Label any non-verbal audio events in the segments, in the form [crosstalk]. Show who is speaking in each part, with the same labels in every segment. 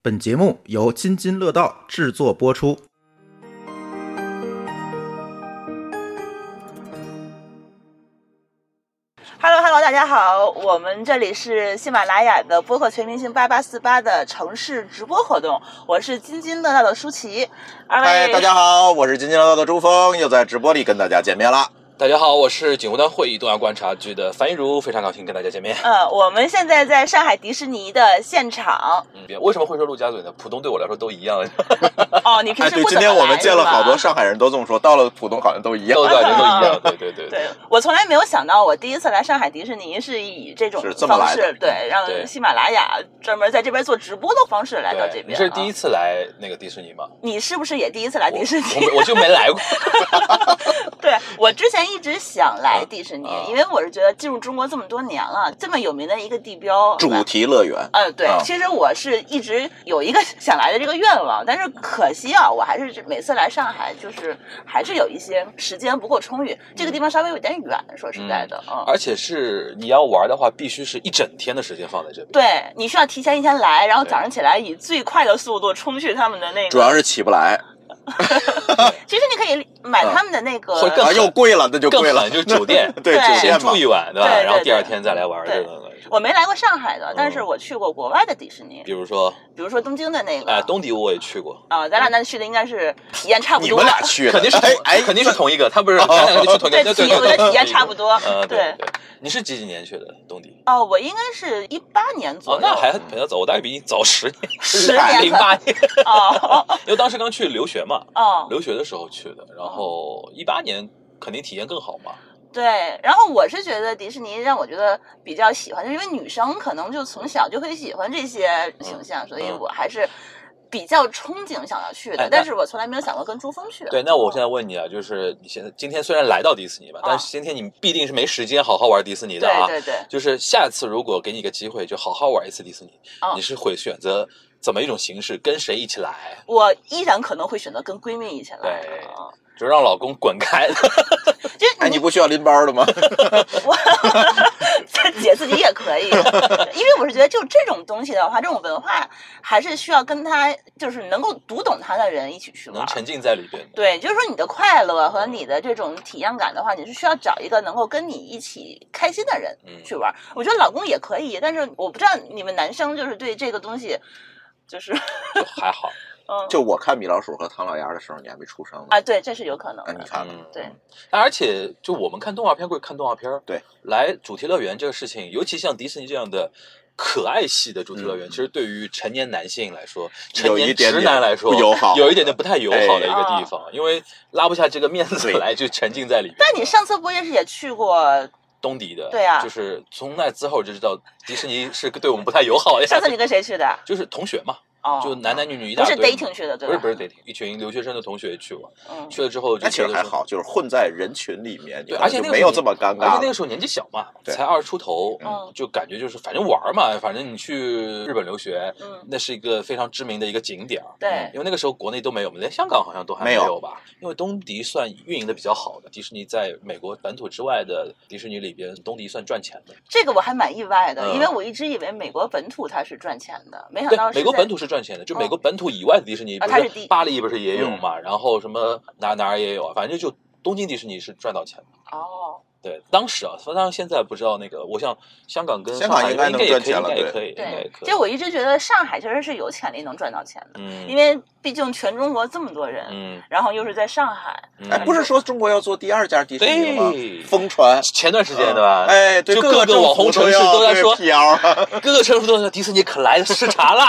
Speaker 1: 本节目由津津乐道制作播出。
Speaker 2: Hello Hello，大家好，我们这里是喜马拉雅的播客全明星八八四八的城市直播活动，我是津津乐道的舒淇，二
Speaker 3: 嗨，
Speaker 2: 位
Speaker 3: 大家好，我是津津乐道的朱峰，又在直播里跟大家见面了。
Speaker 4: 大家好，我是警务端会议东亚观察局的樊一茹，非常高兴跟大家见面。
Speaker 2: 呃，我们现在在上海迪士尼的现场
Speaker 4: 嗯，为什么会说陆家嘴呢？浦东对我来说都一
Speaker 2: [laughs]
Speaker 4: 样，
Speaker 2: 哦，你平
Speaker 3: 哎，
Speaker 2: 时
Speaker 3: 对，
Speaker 2: 不
Speaker 3: 今
Speaker 2: 怎么来、
Speaker 3: 天我们见了好多
Speaker 2: 是吧
Speaker 3: 上海人都这么说，到了浦东好像都一样
Speaker 4: 都。感觉都一样。对对对
Speaker 2: 对，我从来没有想到，我第一次来上海迪士尼是以这种
Speaker 3: 是这么
Speaker 2: 方
Speaker 3: 来的
Speaker 2: 式，对，让
Speaker 4: 对
Speaker 2: 喜马拉雅专门在这边做直播的方式来到这
Speaker 4: 对，
Speaker 2: 边。
Speaker 4: 你是第一
Speaker 2: 次，
Speaker 4: 次来那个迪士尼吗？
Speaker 2: 啊你是不是也第一次来迪士尼？
Speaker 4: 我我我就没来过。
Speaker 2: 对我之前一直想来迪士尼
Speaker 4: 啊，
Speaker 2: 因为我是觉得进入中国这么多年了，这么有名的一个地标，
Speaker 3: 主题乐园，
Speaker 2: 嗯，对
Speaker 3: 啊，
Speaker 2: 其实我是一直有一个想来的这个愿望，但是可惜啊，我还是每次来上海，就是还是有一些时间不够充裕，这个地方稍微有点远，说实在的，嗯。
Speaker 4: 嗯而且是你要玩的话，必须是一整天的时间放在这边。
Speaker 2: 对，你需要提前一天来，然后早上起来以最快的速度冲去他们的那
Speaker 3: 主要
Speaker 2: 个。
Speaker 3: 是起不来，
Speaker 2: 其实你可以买他们的那个，
Speaker 4: 嗯呃会更
Speaker 3: 啊，又贵了，那就
Speaker 4: 更
Speaker 3: 贵了 [laughs]
Speaker 4: 狠，就是酒店
Speaker 3: 对
Speaker 2: [laughs] 对
Speaker 3: 酒
Speaker 4: 先
Speaker 3: 店嘛
Speaker 4: 住。一晚，对吧？
Speaker 2: 对对
Speaker 4: 然后第二天再来玩
Speaker 2: 对
Speaker 4: 这个。
Speaker 2: 我没来过上海的，但是
Speaker 4: 嗯
Speaker 2: 我去过国外的迪士尼
Speaker 4: 比，如说，
Speaker 2: 比如说东京的那个。
Speaker 4: 哎，东迪我也去过，
Speaker 2: 啊，咱俩那去的应该是体验差不
Speaker 3: 你
Speaker 2: 多。
Speaker 3: 们俩去的，
Speaker 4: 肯定是同
Speaker 3: 哎哎，
Speaker 4: 肯定是同一个，他不是咱两个就去同一
Speaker 2: 哦对
Speaker 4: 个，
Speaker 2: 体验，我觉得体验差不
Speaker 4: 多。
Speaker 2: 多。
Speaker 4: 呃，对
Speaker 2: 对，
Speaker 4: 对，你是几几年去的东迪？
Speaker 2: 哦，我应该是一八年左
Speaker 4: 哦
Speaker 2: 右，。
Speaker 4: 那还比较早，我大概比你早 [laughs] 十年，
Speaker 2: 十年
Speaker 4: 零八年，
Speaker 2: 哦
Speaker 4: 因为当时刚去留学嘛，
Speaker 2: 哦，
Speaker 4: 留学的时候去的，然后一八年肯定体验更好嘛。
Speaker 2: 对。然后我是觉得迪士尼让我觉得比较喜欢，就是因为女生可能就从小就会喜欢这些
Speaker 4: 嗯
Speaker 2: 形象，所以我还是比较憧憬想要去的
Speaker 4: 哎。
Speaker 2: 但是我从来没有想过跟珠峰去。
Speaker 4: 对，那我现在问你啊，就是你现在今天虽然来到迪士尼吧，但是今天你必定是没时间好好玩迪士尼的
Speaker 2: 对
Speaker 4: 啊。
Speaker 2: 对对，
Speaker 4: 就是下次如果给你一个机会，就好好玩一次迪士尼，
Speaker 2: 哦
Speaker 4: 你是会选择怎么一种形式，跟谁一起来？
Speaker 2: 我依然可能会选择跟闺蜜一起来
Speaker 4: 对。
Speaker 2: 啊
Speaker 4: 就让老公滚开， [laughs]
Speaker 2: 就是
Speaker 3: 哎，
Speaker 2: 你
Speaker 3: 你不需要拎包的吗？ [laughs]
Speaker 2: 我 [laughs] 姐自己也可以，因为我是觉得就这种东西的话，这种文化还是需要跟他就是能够读懂他的人一起去玩
Speaker 4: 能。沉浸在里边的。
Speaker 2: 对，就是说你的快乐和你的这种体验感的话，你是需要找一个能够跟你一起开心的人
Speaker 4: 嗯
Speaker 2: 去玩。我觉得老公也可以，但是我不知道你们男生就是对这个东西，就是
Speaker 4: 就还好。
Speaker 2: 嗯
Speaker 3: 就我看米老鼠和唐老鸭的时候，你还没出生呢。
Speaker 2: 啊，对，这是有可能
Speaker 3: 啊，
Speaker 2: 的
Speaker 3: 你。看看，
Speaker 4: 嗯，
Speaker 2: 对。
Speaker 4: 而且，就我们看动画片归看动画片儿
Speaker 3: 对，
Speaker 4: 来主题乐园这个事情，尤其像迪士尼这样的可爱系的主题乐园，
Speaker 3: 嗯
Speaker 4: 其实对于成年男性来说，成
Speaker 3: 有一
Speaker 4: 年
Speaker 3: 点
Speaker 4: 直
Speaker 3: 点
Speaker 4: 男来说，
Speaker 3: 不友好
Speaker 4: 有一点点不太友好的一个
Speaker 2: 哎
Speaker 4: 地方，因为拉不下这个面子来，就沉浸在里面。
Speaker 2: 但你上次不也是也去过？
Speaker 4: 东迪的，
Speaker 2: 对啊
Speaker 4: 就是从那之后就知道迪士尼是对我们不太友好的呀。
Speaker 2: 上次你跟谁去的？
Speaker 4: 就是同学嘛，
Speaker 2: 哦，
Speaker 4: 就男男女女一大
Speaker 2: 不是
Speaker 4: 堆嘛，
Speaker 2: dating 去的，对
Speaker 4: 不
Speaker 2: 吧？
Speaker 4: 是不是 dating，一群留学生的同学去嘛，
Speaker 2: 嗯，
Speaker 4: 去了之后就
Speaker 3: 那其实
Speaker 4: 觉得
Speaker 3: 还
Speaker 4: 说
Speaker 3: 好，就是混在人群里面，你可
Speaker 4: 对
Speaker 3: 能
Speaker 4: 而且
Speaker 3: 就
Speaker 4: 那个
Speaker 3: 没
Speaker 4: 时候
Speaker 3: 有这么尴
Speaker 4: 而且
Speaker 3: 尬
Speaker 4: 那个
Speaker 3: 了。
Speaker 4: 时候年纪小嘛，
Speaker 3: 对
Speaker 4: 才二十出头，
Speaker 2: 嗯
Speaker 4: 就感觉就是反正玩儿嘛，反正你去日本留学，
Speaker 2: 嗯，
Speaker 4: 那是一个非常知名的一个景点儿。
Speaker 2: 对，
Speaker 4: 因为那个时候国内都没有嘛，连香港好像都还
Speaker 3: 没有
Speaker 4: 有吧？因为东迪算运营的比较好的，迪士尼在美国本土之外的迪士尼里边，东迪算赚钱的。
Speaker 2: 这个我还蛮意外的，
Speaker 4: 嗯
Speaker 2: 因为我一直以为美国本土它是赚钱的，没想
Speaker 4: 对
Speaker 2: 到，是
Speaker 4: 美国
Speaker 2: 在
Speaker 4: 本土是赚钱的，就美国本土以外的迪士尼，
Speaker 2: 啊
Speaker 4: 不
Speaker 2: 它是第一
Speaker 4: 巴黎不是也有
Speaker 3: 嗯
Speaker 4: 嘛？然后什么哪哪儿也有，啊反正就东京迪士尼是赚到钱的。
Speaker 2: 哦，
Speaker 4: 对，当时啊，当然现在不知道那个，我想香港跟
Speaker 3: 香港
Speaker 4: 上海
Speaker 3: 应该
Speaker 4: 应
Speaker 3: 能
Speaker 4: 该也
Speaker 3: 赚
Speaker 4: 可以
Speaker 3: 钱
Speaker 4: 应
Speaker 3: 了
Speaker 4: 该也
Speaker 3: 对
Speaker 4: 可以，应该也
Speaker 2: 对，
Speaker 4: 可以
Speaker 2: 这。我一直觉得上海其实是有潜力能赚到钱的，
Speaker 4: 嗯，
Speaker 2: 因为毕竟全中国这么多人，
Speaker 4: 嗯，
Speaker 2: 然后又是在上海，
Speaker 4: 嗯
Speaker 3: 哎，不是说中国要做第二家迪士尼吗
Speaker 4: 对？
Speaker 3: 疯传，
Speaker 4: 前段时间对吧？
Speaker 3: 哎，对，
Speaker 4: 就
Speaker 3: 各
Speaker 4: 各
Speaker 3: 政
Speaker 4: 个网
Speaker 3: 府
Speaker 4: 红城市
Speaker 3: 要
Speaker 4: 都在
Speaker 3: 对
Speaker 4: 说，
Speaker 3: PR 啊。
Speaker 4: [laughs] 各个城市都在说迪士尼可来视察
Speaker 3: [laughs]
Speaker 4: 了。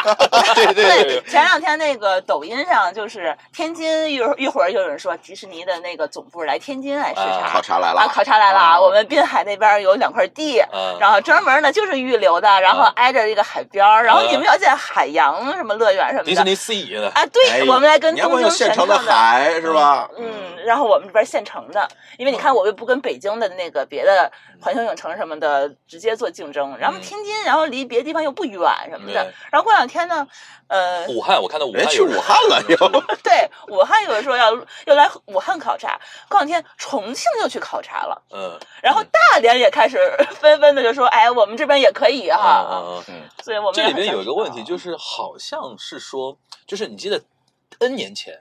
Speaker 4: 对对对，
Speaker 2: 前两天那个抖音上就是天津一会儿一会儿又有人说迪士尼的那个总部来天津来视
Speaker 4: [laughs] 啊
Speaker 2: 察
Speaker 3: 考。察来了
Speaker 2: 啊，考察来了！啊，
Speaker 3: 啊
Speaker 2: 我们滨海那边有两块地，
Speaker 4: 嗯，
Speaker 2: 然后专门呢就是预留的，然后
Speaker 4: 啊
Speaker 2: 挨着一个海边儿，然后
Speaker 4: 啊
Speaker 2: 你们要建海洋什么乐园什么
Speaker 4: 迪士
Speaker 2: 的
Speaker 4: 尼 C 呢？
Speaker 2: [laughs] 啊，对，
Speaker 3: 哎
Speaker 2: 我们来跟
Speaker 3: 你要
Speaker 2: 东
Speaker 3: 问
Speaker 2: 京
Speaker 3: 问现成
Speaker 2: 的
Speaker 3: 的海是吧？
Speaker 2: 嗯，然后我们这边现成的，因为你
Speaker 4: 嗯
Speaker 2: 看，我又不跟北京的那个别的环球影城什么的直接做竞争，然后
Speaker 4: 嗯
Speaker 2: 天津，然后离别的地方又不远什么的
Speaker 4: 对。
Speaker 2: 然后过两天呢，呃，
Speaker 4: [laughs] 武汉，我看到武汉
Speaker 3: 哎人去
Speaker 4: 有
Speaker 3: 武汉了又
Speaker 2: 对，武汉有人说要要来武汉考察，过两天重庆又去考察了，
Speaker 4: 嗯，嗯
Speaker 2: 然后大连也开始 [laughs] 纷纷的就说，哎，我们这边也可以
Speaker 4: 啊啊
Speaker 2: 哈，
Speaker 4: 啊！
Speaker 3: 嗯，
Speaker 2: 所以我们
Speaker 4: 这里边有一个问
Speaker 2: 啊
Speaker 4: 题，就是是好像是说，就是你记得 N 年前，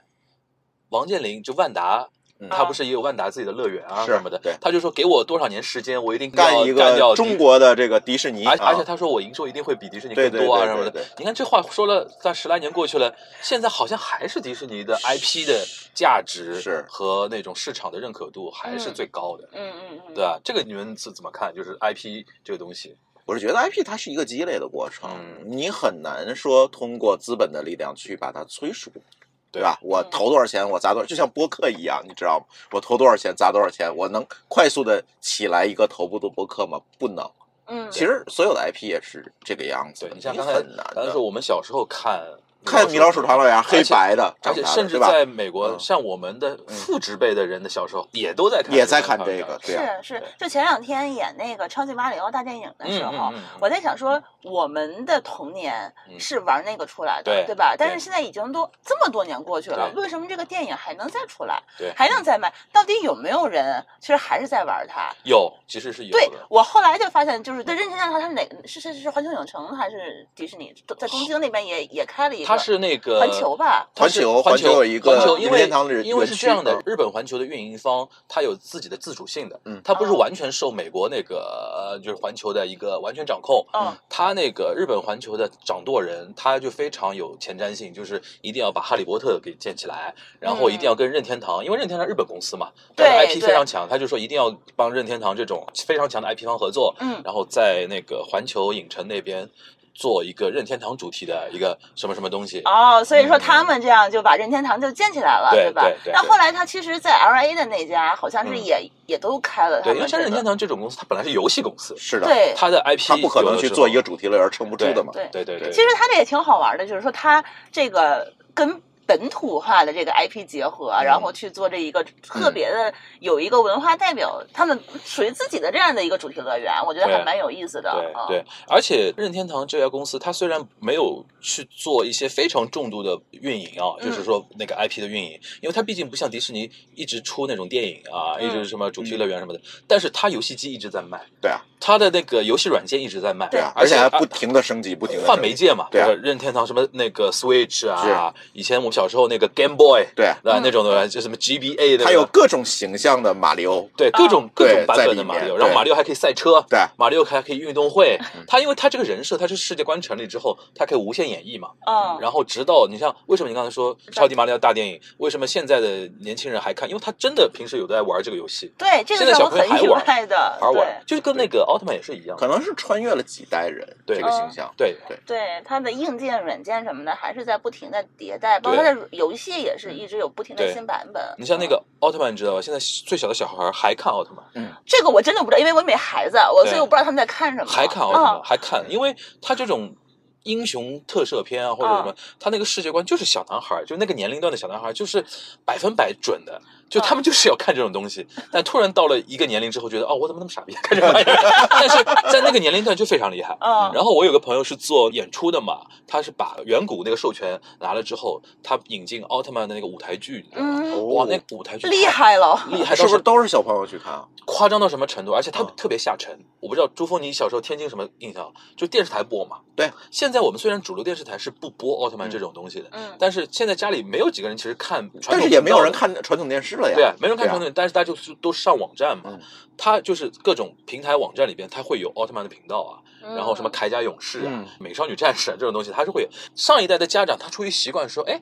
Speaker 4: 王健林就万达。
Speaker 3: 嗯
Speaker 2: 啊
Speaker 4: 他不是也有万达自己的乐园啊
Speaker 3: 是
Speaker 4: 什么的
Speaker 3: 对，
Speaker 4: 他就说给我多少年时间，我一定要
Speaker 3: 干一
Speaker 4: 干掉
Speaker 3: 个
Speaker 4: 迪
Speaker 3: 中，国的这个迪士尼，
Speaker 4: 而
Speaker 3: 啊
Speaker 4: 而且他说我营收一定会比迪士尼
Speaker 3: 对
Speaker 4: 更
Speaker 3: 对
Speaker 4: 多啊
Speaker 3: 对
Speaker 4: 什么
Speaker 3: 对
Speaker 4: 的
Speaker 3: 对。
Speaker 4: 你看这话说了，算十来年过去了，现在好像还是迪士尼的 IP 的价值
Speaker 3: 是
Speaker 4: 和那种市场的认可度还是
Speaker 2: 嗯
Speaker 4: 最高的，
Speaker 2: 嗯嗯嗯，
Speaker 4: 对吧？这个你们是怎么看？就是 IP 这个东西，
Speaker 3: 我是觉得 IP 它是一个积累的过程，
Speaker 4: 嗯
Speaker 3: 你很难说通过资本的力量去把它催熟，
Speaker 4: 对
Speaker 3: 对吧？我投多少钱，我砸多少，就像播客一样，你知道吗？我投多少钱砸多少钱，我能快速的起来一个头部的播客吗？不能。
Speaker 2: 嗯，
Speaker 3: 其实所有的 IP 也是这个样子
Speaker 4: 对
Speaker 3: 的，
Speaker 4: 你像刚才
Speaker 3: 哎很难
Speaker 4: 刚才
Speaker 3: 的
Speaker 4: 说，我们小时候看
Speaker 3: 看米老鼠唐老鸭，黑
Speaker 4: 而且
Speaker 3: 白的，
Speaker 4: 而且
Speaker 3: 长大的
Speaker 4: 甚至
Speaker 3: 对吧
Speaker 4: 在美国，
Speaker 3: 嗯
Speaker 4: 像我们的父职辈的人的小时候，也都在看，
Speaker 3: 也在看这个，对啊，
Speaker 2: 是是
Speaker 4: 对，
Speaker 2: 就前两天演那个《超级马里奥大电影》的
Speaker 4: 嗯。
Speaker 2: 时
Speaker 4: 嗯
Speaker 2: 候
Speaker 4: 嗯，嗯，
Speaker 2: 我在想说，我们的童年
Speaker 4: 嗯
Speaker 2: 是玩那个出来的，
Speaker 4: 对
Speaker 2: 对吧？但是
Speaker 4: 对
Speaker 2: 现在已经都这么多年过去了，
Speaker 4: 对
Speaker 2: 为什么这个电影还能再出来，
Speaker 4: 对，
Speaker 2: 还能再卖？到底有没有人其实还是在玩它？
Speaker 4: 有，其实是有
Speaker 2: 对
Speaker 4: 的。嗯
Speaker 2: 我后来就发现，就是对任天堂，它是哪个是是是环球影城还是迪士尼？都在东京那边也也开了一个，
Speaker 4: 它是那个
Speaker 2: 环球吧？
Speaker 4: 它
Speaker 3: 环
Speaker 4: 是
Speaker 3: 球
Speaker 4: 环
Speaker 3: 环球有一个
Speaker 4: 环球因
Speaker 3: 任天堂的
Speaker 4: 为
Speaker 3: 园
Speaker 4: 因为是这样的
Speaker 3: 园，
Speaker 4: 日本环球的运营方它有自己的自主性的，
Speaker 3: 嗯
Speaker 4: 它不是完全受美国那个呃就是环球的一个完全掌控，
Speaker 3: 啊
Speaker 2: 嗯
Speaker 4: 他那个日本环球的掌舵人，他就非常有前瞻性，就是一定要把哈利波特给建起来，然后一定要跟任天堂，因为任天堂日本公司嘛，
Speaker 2: 嗯对
Speaker 4: 它的 IP
Speaker 2: 对
Speaker 4: 非常强，他就说一定要帮任天堂这种非常强的 IP 方合作，
Speaker 2: 嗯
Speaker 4: 然后在那个环球影城那边做一个任天堂主题的一个什么什么东西，
Speaker 2: 哦，所以说他们这样就把任天堂就建起来了，
Speaker 4: 嗯对
Speaker 2: 吧
Speaker 4: 对？对
Speaker 2: 但
Speaker 4: 对
Speaker 2: 后来他其实，在 L A 的那家好像是
Speaker 4: 嗯
Speaker 2: 也、也都开了他
Speaker 4: 对，
Speaker 2: 们
Speaker 4: 因
Speaker 2: 这个，
Speaker 4: 为像任天堂这种公司，它本来是游戏公司，
Speaker 3: 是的，
Speaker 2: 对
Speaker 4: 它的 IP
Speaker 3: 他不可能去做一
Speaker 4: 有
Speaker 3: 个
Speaker 4: 的时
Speaker 3: 主题乐园撑不住的嘛，
Speaker 2: 对
Speaker 4: 候，对对对，
Speaker 2: 其实它这也挺好玩的，就是说它这个跟本土化的这个 IP 结合，
Speaker 4: 嗯
Speaker 2: 然后去做这一个特别的有一个文化代表，他们属于自己的这样的一个主题乐园，我觉得
Speaker 4: 对
Speaker 2: 还蛮有意思的。
Speaker 4: 对
Speaker 2: 嗯、
Speaker 4: 对，而且任天堂这家公司，它虽然没有去做一些非常重度的运营啊，
Speaker 2: 嗯
Speaker 4: 就是说那个 IP 的运营，因为它毕竟不像迪士尼一直出那种电影啊，
Speaker 2: 嗯
Speaker 4: 一直什么主题乐园什么的，但是它游戏机一直在卖，
Speaker 3: 对啊，
Speaker 4: 它的那个游戏软件一直在卖，
Speaker 3: 对啊，
Speaker 4: 而
Speaker 3: 而且还
Speaker 4: 啊
Speaker 3: 不停的升级，不停的
Speaker 4: 换媒介嘛，
Speaker 3: 对啊
Speaker 4: 吧任天堂什么那个 Switch 啊，以前我们小时候那个 Game Boy，
Speaker 3: 对啊
Speaker 4: 吧
Speaker 2: 嗯
Speaker 4: 那种的，就什么 GBA 的，
Speaker 3: 它有各种形象的马里奥，
Speaker 4: 对各种各
Speaker 3: 对
Speaker 4: 种版
Speaker 3: 在
Speaker 4: 本
Speaker 3: 里
Speaker 4: 的马
Speaker 3: 面
Speaker 4: 里奥，然后
Speaker 3: 对
Speaker 4: 马里奥还可以赛车，
Speaker 3: 对啊
Speaker 4: 马里奥还可以运动会，
Speaker 2: 嗯
Speaker 4: 他因为他这个人设，他是世界观成立之后，他可以无限演绎嘛。
Speaker 2: 嗯，
Speaker 4: 然后直到你像为什么你刚才说超级马里奥大电影，为什么现在的年轻人还看？因为他真的平时有在玩这个游戏，
Speaker 2: 对，这
Speaker 4: 现
Speaker 2: 个
Speaker 4: 在
Speaker 2: 是我
Speaker 4: 小朋友
Speaker 2: 很
Speaker 4: 还
Speaker 2: 意
Speaker 4: 玩
Speaker 2: 外的，
Speaker 4: 而玩
Speaker 2: 对。
Speaker 4: 就是跟那个奥特曼也是一样的。
Speaker 3: 可能是穿越了几代人
Speaker 4: 对
Speaker 3: 这个形象，
Speaker 4: 对
Speaker 3: 对
Speaker 2: 对它的硬件、软件什么的，还是在不停的迭代，包括它
Speaker 4: 对
Speaker 2: 的游戏也是一直有不停的
Speaker 4: 对
Speaker 2: 新版本。
Speaker 4: 你像那个奥特曼，你知道吧？现在最小的小孩还看奥特曼，
Speaker 2: 嗯这个我真的不知道，因为我没孩子，我
Speaker 4: 对
Speaker 2: 所以我不知道他们在看什么。
Speaker 4: 还看奥特曼，
Speaker 2: 嗯
Speaker 4: 还看，因为他这种英雄特摄片啊，或者什
Speaker 2: 嗯
Speaker 4: 么，他那个世界观就是小男孩儿，就那个年龄段的小男孩儿，就是百分百准的，就
Speaker 2: 嗯
Speaker 4: 他们就是要看这种东西。但突然到了一个年龄之后，觉得哦，我怎么那么傻逼看这玩意儿？ [laughs] 但是在那个年龄段就非常厉害。
Speaker 2: 嗯，
Speaker 4: 然后我有个朋友是做演出的嘛，他是把远古那个授权拿了之后，他引进奥特曼的那个舞台剧，你知道吗？
Speaker 2: 嗯，
Speaker 4: 哇，那个舞台剧
Speaker 2: 厉害了。
Speaker 4: 厉害
Speaker 3: 是
Speaker 4: 到
Speaker 3: 不
Speaker 4: 什
Speaker 3: 是
Speaker 4: 么
Speaker 3: 都是小朋友去看啊？
Speaker 4: 夸张到什么程度，而且它
Speaker 3: 嗯
Speaker 4: 特别下沉。我不知道朱峰，你小时候天津什么印象？就电视台播嘛。
Speaker 3: 对，
Speaker 4: 现在我们虽然主流电视台是不播奥特曼这种东西的，
Speaker 2: 嗯，
Speaker 4: 但是现在家里没有几个人其实看传统
Speaker 3: 但是
Speaker 4: 频
Speaker 3: 也没有
Speaker 4: 道
Speaker 3: 人
Speaker 4: 的。
Speaker 3: 看传统电视了呀，
Speaker 4: 对啊，没人看
Speaker 3: 对啊
Speaker 4: 传统频道，但是大家就是都上网站嘛
Speaker 3: 嗯，
Speaker 4: 它就是各种平台网站里边，它会有奥特曼的频道啊，
Speaker 2: 嗯
Speaker 4: 然后什么铠甲勇士啊、
Speaker 3: 嗯
Speaker 4: 美少女战士啊这种东西，它是会有。上一代的家长他出于习惯说，哎，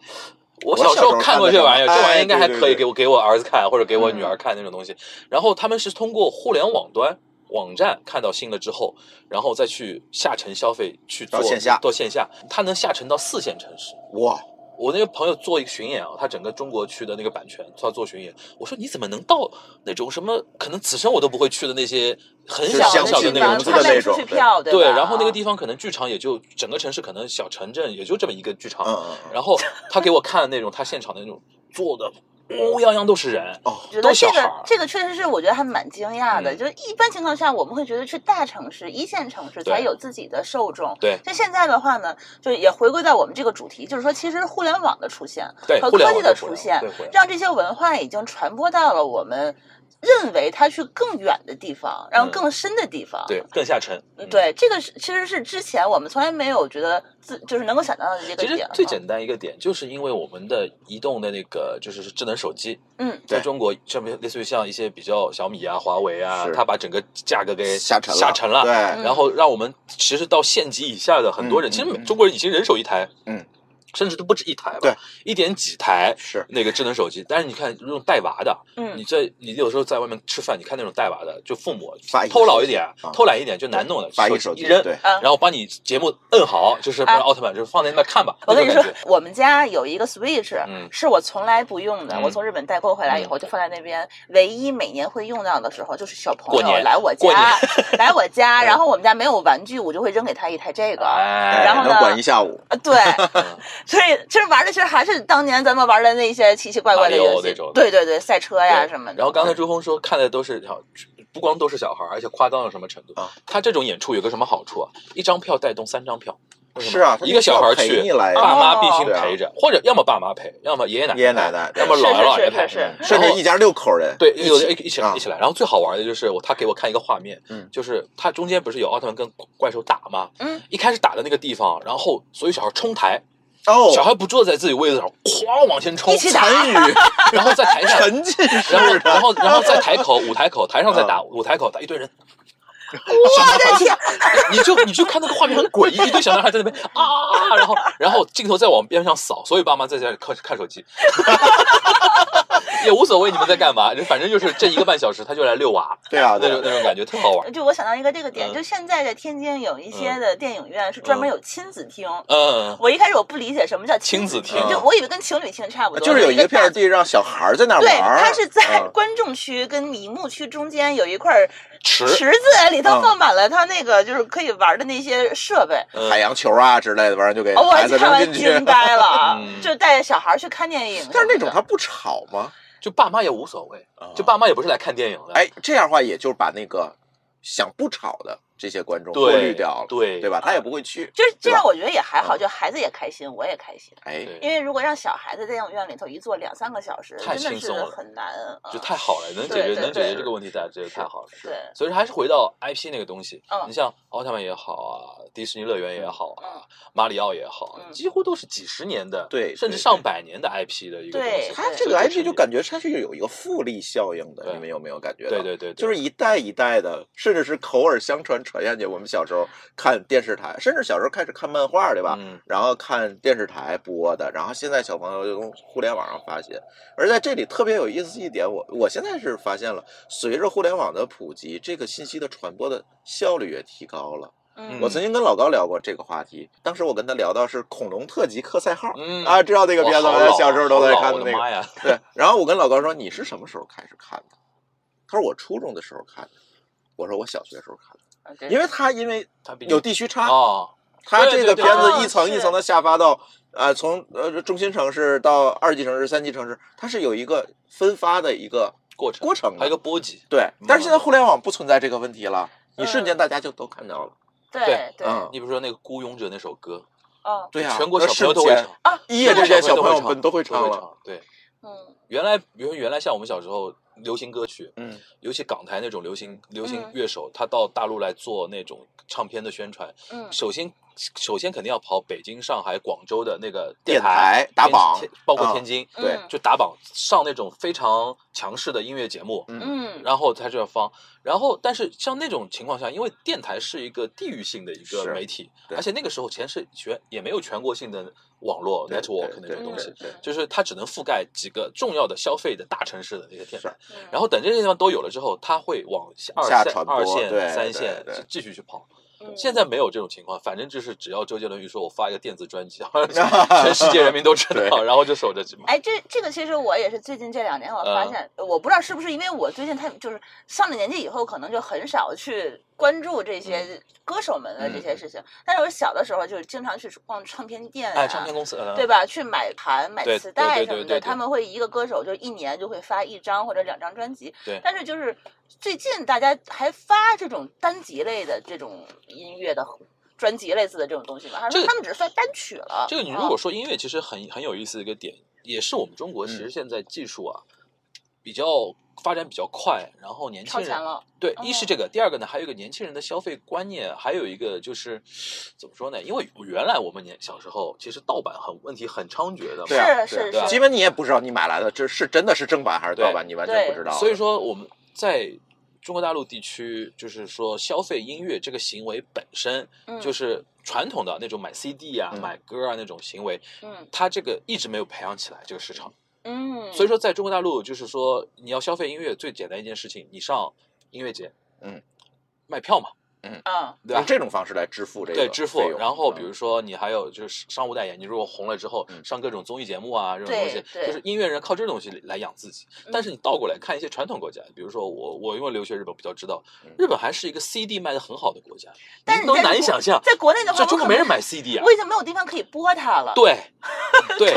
Speaker 4: 我
Speaker 3: 我
Speaker 4: 小时
Speaker 3: 小时
Speaker 4: 候
Speaker 3: 候
Speaker 4: 看
Speaker 3: 看
Speaker 4: 过
Speaker 3: 的
Speaker 4: 这
Speaker 3: 什么
Speaker 4: 玩意儿，这玩意
Speaker 3: 哎
Speaker 4: 儿应该还
Speaker 3: 对对
Speaker 4: 可以
Speaker 3: 对
Speaker 4: 给我给我儿子看或者给我女
Speaker 2: 嗯
Speaker 4: 儿看那种东西。然后他们是通过互联网端。网站看到新了之后，然后再去下沉消费，去做
Speaker 3: 到线下
Speaker 4: 到线下，它能下沉到四线城市。
Speaker 3: 哇，
Speaker 4: 我那个朋友做一个巡演啊，他整个中国区的那个版权，他做巡演。我说你怎么能到那种什么可能此生我都不会去的那些很
Speaker 3: 就是
Speaker 4: 小
Speaker 3: 乡
Speaker 4: 很小
Speaker 3: 村
Speaker 2: 地
Speaker 4: 的那
Speaker 3: 吧名
Speaker 2: 方
Speaker 4: 种地
Speaker 3: 字
Speaker 4: 方
Speaker 3: 的
Speaker 2: 他卖
Speaker 3: 那
Speaker 2: 出
Speaker 3: 种对
Speaker 2: 去票，
Speaker 4: 对，
Speaker 2: 吧？
Speaker 4: 然后那个
Speaker 2: 啊
Speaker 4: 地方可能剧场也就整个城市可能小城镇也就这么一个剧场，
Speaker 3: 嗯嗯嗯，
Speaker 4: 然后他给我看那种他现场的那种做的乌泱泱都是人，
Speaker 3: 哦，
Speaker 2: 觉得
Speaker 4: 都
Speaker 2: 这
Speaker 4: 小孩
Speaker 2: 个
Speaker 4: 儿
Speaker 2: 这个确实是我觉得还蛮惊讶的，
Speaker 4: 嗯
Speaker 2: 就是一般情况下我们会觉得去大城市、一线城市
Speaker 4: 对
Speaker 2: 才有自己的受众。
Speaker 4: 对
Speaker 2: 像现在的话呢，就也回归到我们这个主题，就是说，其实互联网的出现
Speaker 4: 对
Speaker 2: 和
Speaker 4: 互联
Speaker 2: 科
Speaker 4: 网
Speaker 2: 技的
Speaker 4: 互
Speaker 2: 出
Speaker 4: 联网
Speaker 2: 现
Speaker 4: 对互联，网
Speaker 2: 让这些文化已经传播到了我们认为他去更远的地方，然后
Speaker 4: 嗯
Speaker 2: 更深的地方。
Speaker 4: 对，更下沉。嗯，
Speaker 2: 对，这个是其实是之前我们从来没有觉得自就是能够想到的这个嗯
Speaker 4: 其实
Speaker 2: 点。
Speaker 4: 最简单一个点，就是因为我们的移动的那个就是智能手机，
Speaker 2: 嗯，
Speaker 3: 对
Speaker 4: 在中国上面类似于像一些比较小米啊、华为啊
Speaker 3: 是，
Speaker 4: 它把整个价格给
Speaker 3: 下沉了，
Speaker 4: 呃下沉了，
Speaker 3: 对，
Speaker 2: 嗯
Speaker 4: 然后让我们其实到县级以下的很多人，
Speaker 3: 嗯
Speaker 4: 其实
Speaker 3: 嗯
Speaker 4: 中国人已经人手一台，
Speaker 3: 嗯，
Speaker 4: 甚至都不止一台吧，
Speaker 3: 对，
Speaker 4: 一点几台
Speaker 3: 是
Speaker 4: 那个智能手机。但是你看用带娃的，
Speaker 2: 嗯
Speaker 4: 你在你有时候在外面吃饭，你看那种带娃的，就父母
Speaker 3: 发一个
Speaker 4: 偷懒一点
Speaker 3: 手机啊，
Speaker 4: 偷懒一点就难弄了，
Speaker 3: 发一个
Speaker 4: 手
Speaker 3: 手
Speaker 4: 机
Speaker 3: 机
Speaker 4: 一扔，
Speaker 3: 对，
Speaker 2: 啊
Speaker 4: 然后把你节目摁好，就是不
Speaker 2: 啊
Speaker 4: 然奥特曼就是放在那边看吧。
Speaker 2: 我跟你
Speaker 4: 那
Speaker 2: 说
Speaker 4: 种感觉，
Speaker 2: 我们家有一个 Switch，、
Speaker 4: 嗯
Speaker 2: 是我从来不用的。
Speaker 4: 嗯
Speaker 2: 我从日本代购回来以后就放在那边，唯一每年会用到的时候就是小朋
Speaker 4: 过
Speaker 2: 友
Speaker 4: 年嗯
Speaker 2: 来我
Speaker 4: 过
Speaker 2: 家，来我
Speaker 4: [laughs]
Speaker 2: 家，然后我们家没有玩具，我就会扔给他一台这个。
Speaker 4: 哎，
Speaker 2: 然后呢
Speaker 3: 能管一下午，
Speaker 4: 嗯
Speaker 2: 啊，对，所以其实玩的其实还是当年咱们玩的那些奇奇怪怪的
Speaker 4: 马里奥
Speaker 2: 游戏
Speaker 4: 哎那种，的
Speaker 2: 对对对，赛车呀
Speaker 4: 对
Speaker 2: 什么的。
Speaker 4: 然后刚才朱峰说看的都是小，不光都是小孩儿，而且夸张到什么程度
Speaker 3: 啊？
Speaker 4: 他这种演出有个什么好处啊？一张票带动三张票，为什么
Speaker 3: 是啊他
Speaker 4: 一个小孩儿
Speaker 3: 需要
Speaker 4: 去
Speaker 3: 陪你来，呀
Speaker 4: 爸妈必须
Speaker 3: 哦
Speaker 4: 陪着，或者要么爸妈陪，要么爷爷奶奶陪，
Speaker 3: 爷爷奶奶对
Speaker 4: 要么姥姥姥爷
Speaker 2: 是
Speaker 4: 陪
Speaker 2: 是是。是
Speaker 3: 甚
Speaker 4: 然
Speaker 3: 至
Speaker 4: 后
Speaker 3: 一家六口人，
Speaker 4: 对，
Speaker 3: 一
Speaker 4: 有的
Speaker 3: 起
Speaker 4: 一一起
Speaker 3: 啊
Speaker 4: 一起来，然后最好玩的就是我，他给我看一个画面，
Speaker 3: 嗯
Speaker 4: 就是他中间不是有奥特曼跟怪兽打吗？
Speaker 2: 嗯，
Speaker 4: 一开始打的那个地方，然后所有小孩冲台，小
Speaker 3: 哦，
Speaker 4: 孩不坐在自己位子上，哐往前冲，
Speaker 2: 一起打
Speaker 4: 参与， [laughs] 然后在台
Speaker 3: [laughs]
Speaker 4: 下
Speaker 3: 沉浸式
Speaker 4: 然后，
Speaker 3: 的
Speaker 4: 然后，然后在台口、舞台口、台上再打，舞台口打一堆人。嗯 [laughs]
Speaker 2: 我的天，
Speaker 4: 你就你就看那个画面很诡异，一堆小男孩在那边啊啊，啊然后然后镜头再往边上扫，所以爸妈在家里看看手机， [laughs] 也无所谓你们在干嘛，反正就是这一个半小时他就来遛娃，
Speaker 3: 对啊，对
Speaker 4: 那种
Speaker 3: 啊，
Speaker 4: 那种感觉特好玩。
Speaker 2: 就我想到一个这个点，
Speaker 4: 嗯
Speaker 2: 就现在在天津有一些的电影院是专门有亲子厅。
Speaker 4: 嗯，
Speaker 2: 我一开始我不理解什么叫
Speaker 4: 亲
Speaker 2: 子
Speaker 4: 子
Speaker 2: 厅
Speaker 4: 厅，
Speaker 2: 就我以为跟情侣厅差不
Speaker 3: 啊
Speaker 2: 多，
Speaker 3: 就是有一
Speaker 2: 一个
Speaker 3: 个片
Speaker 2: 大
Speaker 3: 儿地让小孩儿在那儿
Speaker 2: 对，
Speaker 3: 玩儿，
Speaker 2: 它是在
Speaker 3: 嗯
Speaker 2: [laughs] 观众区跟迷幕区中间有一块
Speaker 4: 池
Speaker 2: 池子，里头
Speaker 3: 嗯
Speaker 2: 放满了它那个就是可以玩的那些设备。
Speaker 4: 嗯
Speaker 3: 海洋球啊之类的，玩意儿就给
Speaker 2: 哦，我
Speaker 3: 孩子扔
Speaker 2: 看完
Speaker 3: 进去
Speaker 2: 惊。呆
Speaker 3: [laughs]
Speaker 2: 了，啊
Speaker 4: 嗯
Speaker 2: 就带小孩去看电影什么的。
Speaker 3: 但是那种他不吵吗？
Speaker 4: 就爸妈也无所谓，就爸妈也不是来看电影的，，
Speaker 3: 哎，这样的话也就是把那个想不吵的这些观众过
Speaker 4: 对
Speaker 3: 滤掉了，
Speaker 4: 对
Speaker 3: 对吧？他也不会去。
Speaker 2: 就是这
Speaker 3: 对吧
Speaker 2: 样，我觉得也还
Speaker 3: 嗯
Speaker 2: 好，就孩子也开心，我也开心。
Speaker 3: 哎，
Speaker 4: 对
Speaker 2: 因为如果让小孩子在电影院里头一坐两三个小时，
Speaker 4: 太
Speaker 2: 真的
Speaker 4: 轻
Speaker 2: 是
Speaker 4: 松了
Speaker 2: 很难。嗯
Speaker 4: 就太好了，能解
Speaker 2: 对对
Speaker 4: 决能解
Speaker 2: 对
Speaker 4: 决这个问题，大家觉得太好了。
Speaker 2: 对，
Speaker 4: 所以说还是回到 IP 那个东西，
Speaker 2: 嗯
Speaker 4: 你像奥特曼也好啊，迪士尼乐园也好
Speaker 2: 嗯
Speaker 4: 啊，马里奥也好啊，
Speaker 2: 嗯
Speaker 4: 几乎都是几十年的，
Speaker 3: 对
Speaker 4: 甚至
Speaker 3: 对
Speaker 4: 上百年的 IP 的一个东
Speaker 2: 对
Speaker 4: 西。
Speaker 3: 它
Speaker 2: 对
Speaker 3: 这个
Speaker 4: 对就是
Speaker 3: IP 就感觉它是有一个复利效应的，
Speaker 4: 对
Speaker 3: 你们有没有感觉到？
Speaker 4: 对对对，对
Speaker 3: 就是一代一代的，甚至是口耳相传传下去。我们小时候看电视台，甚至小时候开始看漫画，对吧？
Speaker 4: 嗯，
Speaker 3: 然后看电视台播的，然后现在小朋友就从互联网上发现。而在这里特别有意思一点，我我现在是发现了，随着互联网的普及，这个信息的传播的效率也提高了。
Speaker 2: 嗯，
Speaker 3: 我曾经跟老高聊过这个话题，当时我跟他聊到是《恐龙特级克赛号》
Speaker 4: 嗯
Speaker 3: 啊，知道这
Speaker 4: 这
Speaker 3: 个片子吗？小时候都在看
Speaker 4: 我
Speaker 3: 的那
Speaker 4: 的
Speaker 3: 个。
Speaker 4: 妈呀！
Speaker 3: 对，然后我跟老高说你是什么时候开始看的？他说我初中的时候看的。我说我小学时候看的，
Speaker 2: 嗯对
Speaker 3: 因为他因为
Speaker 4: 他比你
Speaker 3: 有地区差，
Speaker 4: 哦，
Speaker 3: 他
Speaker 4: 对
Speaker 3: 这
Speaker 4: 对
Speaker 3: 个
Speaker 4: 对
Speaker 3: 片
Speaker 2: 哦
Speaker 3: 子一层一
Speaker 2: 是
Speaker 3: 层的下发到呃从呃中心城市到二级城市、三级城市，它是有一个分发的一个
Speaker 4: 过程
Speaker 3: 过程的。
Speaker 4: 还有一个嗯波及，
Speaker 3: 对，但是现在互联网不存在这个问题了，你瞬间
Speaker 2: 嗯
Speaker 3: 大家就都看到了。
Speaker 2: 对对，
Speaker 3: 嗯，
Speaker 4: 你比如说那个《孤勇者》那首歌，
Speaker 2: 嗯
Speaker 3: 对呀，
Speaker 4: 全国
Speaker 3: 那
Speaker 4: 小
Speaker 3: 瞬
Speaker 4: 朋友都会
Speaker 3: 间
Speaker 4: 唱，
Speaker 2: 啊，
Speaker 3: 一夜之间小朋友们都
Speaker 4: 都
Speaker 3: 会唱了。
Speaker 4: 唱。对，
Speaker 2: 嗯
Speaker 4: 原来比如说原来像我们小时候流行歌曲，
Speaker 3: 嗯，
Speaker 4: 尤其港台那种流行流行
Speaker 2: 嗯
Speaker 4: 乐手，他到大陆来做那种唱片的宣传，
Speaker 2: 嗯，
Speaker 4: 首先首先肯定要跑北京、上海、广州的那个
Speaker 3: 电
Speaker 4: 台
Speaker 3: 台打
Speaker 4: 天
Speaker 3: 榜
Speaker 4: 天包括
Speaker 3: 啊
Speaker 4: 天津，
Speaker 3: 对
Speaker 2: 嗯
Speaker 4: 就打榜上那种非常强势的音乐节目，
Speaker 3: 嗯，
Speaker 2: 嗯，
Speaker 4: 然后他就要放。然后，但是像那种情况下，因为电台是一个地域性的一个
Speaker 3: 是
Speaker 4: 媒体，
Speaker 3: 对
Speaker 4: 而且那个时候全是全也没有全国性的网络
Speaker 3: 对
Speaker 4: network 那
Speaker 3: 对
Speaker 4: 种东西
Speaker 3: 对，对
Speaker 4: 就是它只能覆盖几个重要的消费的大城市的那些电台。
Speaker 2: 嗯
Speaker 4: 然后等这些地方都有了之后，它会往下二
Speaker 3: 下
Speaker 4: 线、
Speaker 3: 传播
Speaker 4: 二线
Speaker 3: 对、
Speaker 4: 三线
Speaker 3: 对对
Speaker 4: 继续去跑。
Speaker 2: 嗯
Speaker 4: 现在没有这种情况，反正就是只要周杰伦一说我发一个电子专辑，
Speaker 3: [laughs]
Speaker 4: 全世界人民都知道，
Speaker 3: 对
Speaker 4: 然后就守着去买。
Speaker 2: 哎，这这个其实我也是最近这两年我
Speaker 4: 嗯
Speaker 2: 发现，我不知道是不是因为我最近太就是上了年纪以后，可能就很少去关注
Speaker 4: 嗯
Speaker 2: 这些歌手们的这些事情。但是我小的时候就是经常去逛唱片店、啊，
Speaker 4: 哎，唱片公司，
Speaker 2: 对
Speaker 4: 嗯
Speaker 2: 吧？去买盘、买
Speaker 4: 对
Speaker 2: 磁
Speaker 4: 对
Speaker 2: 带什
Speaker 4: 对对
Speaker 2: 么
Speaker 4: 对
Speaker 2: 的，
Speaker 4: 对
Speaker 2: 他们会一个歌手就一年就会发一张或者两张专辑。
Speaker 4: 对
Speaker 2: 但是就是最近大家还发这种单集类的这种音乐的专辑类似的这种东西吗？还是
Speaker 4: 这
Speaker 2: 说
Speaker 4: 个
Speaker 2: 他们只是算单曲了？哦
Speaker 4: 这个你如果说音
Speaker 3: 嗯
Speaker 4: 乐，其实很很有意思的一个点，也是我们中国其实现在技术啊比较发展比较快，然后年轻
Speaker 2: 超
Speaker 4: 人
Speaker 2: 前了，
Speaker 4: 对，
Speaker 2: 哦
Speaker 4: 一是这个，第二个呢，还有一个年轻人的消费观念，还有一个就是怎么说呢？因为原来我们年小时候，其实盗版很问题很猖獗的嘛，
Speaker 3: 对啊
Speaker 2: 是是
Speaker 4: 对啊
Speaker 3: 基
Speaker 2: 是，
Speaker 3: 本你也不知道你买来的这是真的是正版还是盗版，你完全不知道。
Speaker 4: 所以说我们在中国大陆地区，就是说消费音乐这个行为本身，
Speaker 2: 嗯
Speaker 4: 就是传统的那种买 CD 啊、
Speaker 3: 嗯
Speaker 4: 买歌啊那种行为，
Speaker 2: 嗯
Speaker 4: 它这个一直没有培养起来这个市场。
Speaker 2: 嗯，
Speaker 4: 所以说，在中国大陆，就是说你要消费音乐，最简单一件事情，你上音乐节，
Speaker 3: 嗯，
Speaker 4: 卖票嘛，
Speaker 2: 嗯
Speaker 4: 对吧啊
Speaker 3: 用？这种方式来支付这个
Speaker 4: 对，支
Speaker 3: 费
Speaker 4: 付。
Speaker 3: 用
Speaker 4: 然后比
Speaker 3: 嗯
Speaker 4: 如说你还有就是商务代言，你如果红了之后，
Speaker 3: 嗯
Speaker 4: 上各种综艺节目啊这种东西，
Speaker 2: 对嗯
Speaker 4: 就是音乐人靠这种东西来养自己。但是你倒过来看一些传统国家，比如说我我因为留学日本比较知道
Speaker 3: 嗯，
Speaker 4: 日本还是一个 CD 卖的很好的国家，
Speaker 2: 但是
Speaker 4: 你
Speaker 2: 你
Speaker 4: 都
Speaker 2: 在
Speaker 4: 难以
Speaker 2: 国
Speaker 4: 想象，
Speaker 2: 在国内的话，
Speaker 4: 在中国没人
Speaker 2: 我可
Speaker 4: 买 CD
Speaker 2: 能，
Speaker 4: 啊，
Speaker 2: 我已经没有地方可以播它了， [laughs]
Speaker 4: 对对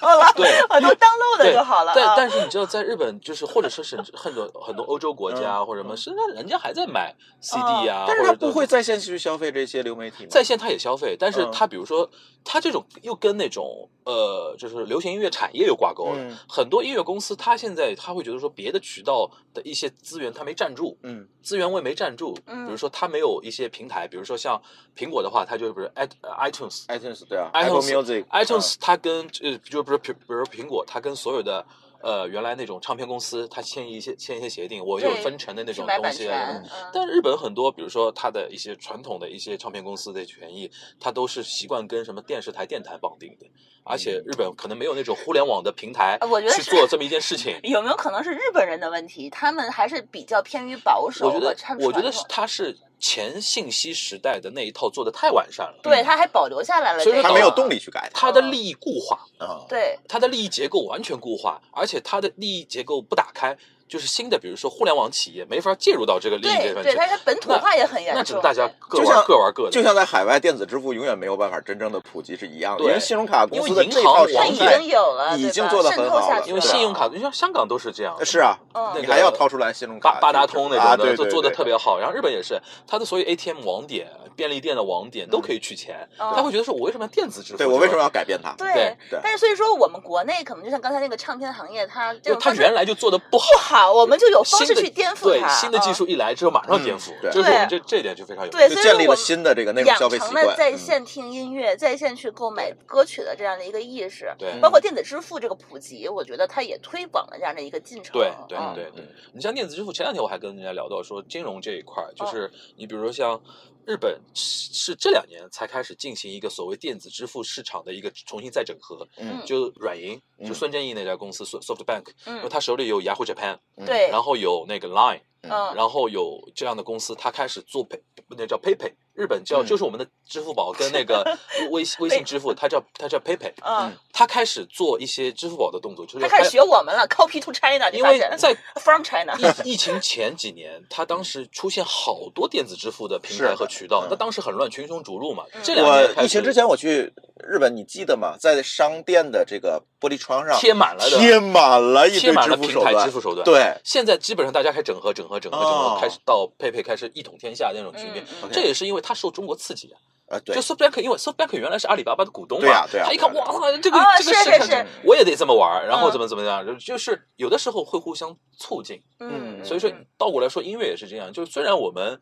Speaker 2: 好了，
Speaker 4: 对。
Speaker 2: 我都 download
Speaker 4: 对
Speaker 2: 了就好了
Speaker 4: 但
Speaker 2: 啊。
Speaker 4: 但是你知道，在日本就是或者说是很多很多欧洲国家或者什么，是那人家还在买
Speaker 2: 嗯
Speaker 4: CD
Speaker 3: 嗯
Speaker 4: 啊，
Speaker 3: 但是
Speaker 4: 或
Speaker 3: 他
Speaker 4: 者
Speaker 3: 不会在线去消费这些流媒体吗？
Speaker 4: 在线他也消费，但是
Speaker 3: 嗯
Speaker 4: 他比如说他这种又跟那种呃，就是流行音乐产业有挂钩了。
Speaker 3: 嗯
Speaker 4: 很多音乐公司，他现在他会觉得说，别的渠道的一些资源他没站住，
Speaker 3: 嗯
Speaker 4: 资源位没站住。
Speaker 2: 嗯
Speaker 4: 比如说他没有一些平台，比如说像苹果的话，它就比如 i 呃 iTunes。
Speaker 2: 嗯
Speaker 3: ，iTunes 对啊
Speaker 4: iTunes-
Speaker 3: ，Apple Music 嗯
Speaker 4: iTunes 它跟呃，就比如比如苹果，它跟所有的呃原来那种唱片公司，它签一些签一些协定，我有
Speaker 2: 对
Speaker 4: 分成的那
Speaker 2: 去
Speaker 4: 种
Speaker 2: 买
Speaker 4: 东
Speaker 2: 版
Speaker 4: 西
Speaker 2: 权
Speaker 4: 啊，，但是日本很多，比如说它的一些传统的一些唱片公司的权益，它都是习惯跟什么电视台、电台绑定的，而且日本可能没有那种互联网的平台
Speaker 2: 呃我觉得
Speaker 4: 去
Speaker 2: 是
Speaker 4: 做这么一件事情。
Speaker 2: 有没有可能是日本人的问题？他们还是比较偏于保守
Speaker 4: 我觉
Speaker 2: 和
Speaker 4: 得
Speaker 2: 传，
Speaker 4: 我觉得
Speaker 2: 传统
Speaker 4: 它是前信息时代的那一套做的太完善了，
Speaker 2: 对，他还保留下来了这
Speaker 4: 所以
Speaker 2: 个，
Speaker 4: 说
Speaker 3: 他没有动力去改它
Speaker 4: 它的
Speaker 2: 嗯
Speaker 4: 利益固化，
Speaker 3: 啊。
Speaker 2: 对，
Speaker 4: 它的利益结构完全固化，而且它的利益结构不打开，就是新的，比如说互联网企业没法介入到这个利益
Speaker 2: 对
Speaker 4: 这
Speaker 2: 对
Speaker 4: 份
Speaker 2: 对，
Speaker 4: 去，
Speaker 2: 但是它本土化也很严
Speaker 4: 那只
Speaker 2: 重，
Speaker 4: 能大家
Speaker 2: 对
Speaker 4: 各
Speaker 3: 就
Speaker 4: 玩
Speaker 3: 像
Speaker 4: 各玩各的，
Speaker 3: 就像在海外，电子支付永远没有办法真正的普及是一样的，因
Speaker 4: 对
Speaker 3: 为信用卡公司的
Speaker 4: 因为银
Speaker 3: 这
Speaker 4: 行
Speaker 3: 套
Speaker 2: 它
Speaker 4: 网
Speaker 3: 生
Speaker 2: 已
Speaker 4: 站
Speaker 3: 态
Speaker 2: 经有了，
Speaker 3: 已
Speaker 2: 对
Speaker 3: 经
Speaker 2: 吧
Speaker 3: 做得
Speaker 2: 渗
Speaker 3: 很
Speaker 2: 透
Speaker 3: 好
Speaker 2: 下
Speaker 3: 了
Speaker 2: 去
Speaker 4: 因为
Speaker 2: 了
Speaker 4: 信用卡，你像香港都是这样的，
Speaker 3: 是啊，
Speaker 2: 嗯
Speaker 4: 那
Speaker 3: 你
Speaker 4: 个
Speaker 3: 还要掏出来信用
Speaker 4: 八
Speaker 3: 卡
Speaker 4: 八达通那
Speaker 3: 啊，
Speaker 4: 种
Speaker 3: 对
Speaker 4: 的，做
Speaker 3: 对
Speaker 4: 做的
Speaker 3: 对
Speaker 4: 特别好。然后日本也是，它的所有 ATM 网点、便利店的网点都可以取钱，
Speaker 2: 嗯
Speaker 4: 他会觉得说，我为什么要电子支付？
Speaker 3: 对我为什么
Speaker 4: 要？
Speaker 3: 要改变它？
Speaker 2: 对
Speaker 3: 对
Speaker 2: 但是所以说，我们国内可能就像刚才那个唱片行业，它这
Speaker 4: 就
Speaker 2: 种
Speaker 4: 它
Speaker 2: 方式
Speaker 4: 原来就做的不好，
Speaker 2: 不好，我们就有方
Speaker 4: 新
Speaker 2: 式
Speaker 4: 的
Speaker 2: 去颠覆
Speaker 4: 对
Speaker 2: 它。
Speaker 4: 新的技
Speaker 2: 嗯
Speaker 4: 术一来之后，马上颠覆
Speaker 3: 嗯，对
Speaker 4: 就是我们这这点就非常有。
Speaker 2: 对，
Speaker 3: 就
Speaker 2: 所以
Speaker 3: 建
Speaker 2: 说
Speaker 3: 立
Speaker 2: 我
Speaker 3: 了
Speaker 2: 们
Speaker 3: 新的这个那种
Speaker 2: 养
Speaker 3: 消费习
Speaker 2: 成了
Speaker 3: 惯。
Speaker 2: 在
Speaker 3: 嗯
Speaker 2: 线听音乐、在线去购买歌曲的这样的一个意识，
Speaker 4: 对
Speaker 2: 包括电子支付这个普及，我觉得它也推广了这样的一个进程。
Speaker 4: 对对
Speaker 2: 嗯
Speaker 4: 对对，你像电子支付，前两天我还跟人家聊到说，金融这一块儿，
Speaker 2: 嗯
Speaker 4: 就是你比如说像日本是是这两年才开始进行一个所谓电子支付市场的一个重新再整合，
Speaker 3: 嗯
Speaker 4: 就软银，就
Speaker 3: 嗯
Speaker 4: 孙正义那家公司 Soft- SoftBank，因为
Speaker 2: 嗯，
Speaker 4: 他手里有 Yahoo Japan，
Speaker 2: 对，
Speaker 4: 嗯然后有那个 Line，
Speaker 2: 嗯，
Speaker 4: 然后有这样的公司，他开始做 Pay，那叫 PayPay，日本叫
Speaker 3: 嗯
Speaker 4: 就是我们的支付宝跟
Speaker 2: [laughs]
Speaker 4: 那个微微信支付，它叫它叫 PayPay，
Speaker 2: 嗯，
Speaker 4: 他开始做一些支付宝的动作，就是
Speaker 2: 他开始学我们了，copy to China，你
Speaker 4: 嗯因
Speaker 2: 发
Speaker 4: 为
Speaker 2: 现
Speaker 4: 在
Speaker 2: from China，
Speaker 4: 疫疫情前几年，他当时出现好多电子支付的平台
Speaker 3: 是
Speaker 4: 和渠道
Speaker 3: 嗯，
Speaker 4: 他当时很乱，群雄逐鹿嘛
Speaker 2: 嗯。
Speaker 4: 这两年
Speaker 3: 我
Speaker 4: 开
Speaker 3: 疫情
Speaker 4: 始
Speaker 3: 之前我去日本，你记得吗？在商店的这个玻璃窗上
Speaker 4: 贴满了的，
Speaker 3: 贴满了一
Speaker 4: 贴
Speaker 3: 堆
Speaker 4: 满了
Speaker 3: 支付
Speaker 4: 平
Speaker 3: 手
Speaker 4: 台
Speaker 3: 段
Speaker 4: 支，付手段。
Speaker 3: 对，
Speaker 4: 现在基本上大家开始整合、整合、整合、整合
Speaker 3: 哦，
Speaker 4: 开始到佩佩开始一统天下那种局面。
Speaker 2: 嗯
Speaker 3: OK
Speaker 4: 这也是因为它受中国刺激啊，
Speaker 3: 啊对
Speaker 4: 就，SoftBank，因为 SoftBank 原来是阿里巴巴的股东嘛，
Speaker 3: 对啊对啊
Speaker 4: 他一看，
Speaker 3: 对啊
Speaker 4: 哇操，这个
Speaker 2: 啊
Speaker 4: 这个
Speaker 2: 是
Speaker 4: 市场
Speaker 2: 是是
Speaker 4: 我也得这么玩儿，然后
Speaker 2: 嗯
Speaker 4: 怎么怎么样，就就是有的时候会互相促进，
Speaker 2: 嗯，
Speaker 4: 所以说倒过来说，音乐也是这样，就是虽然我们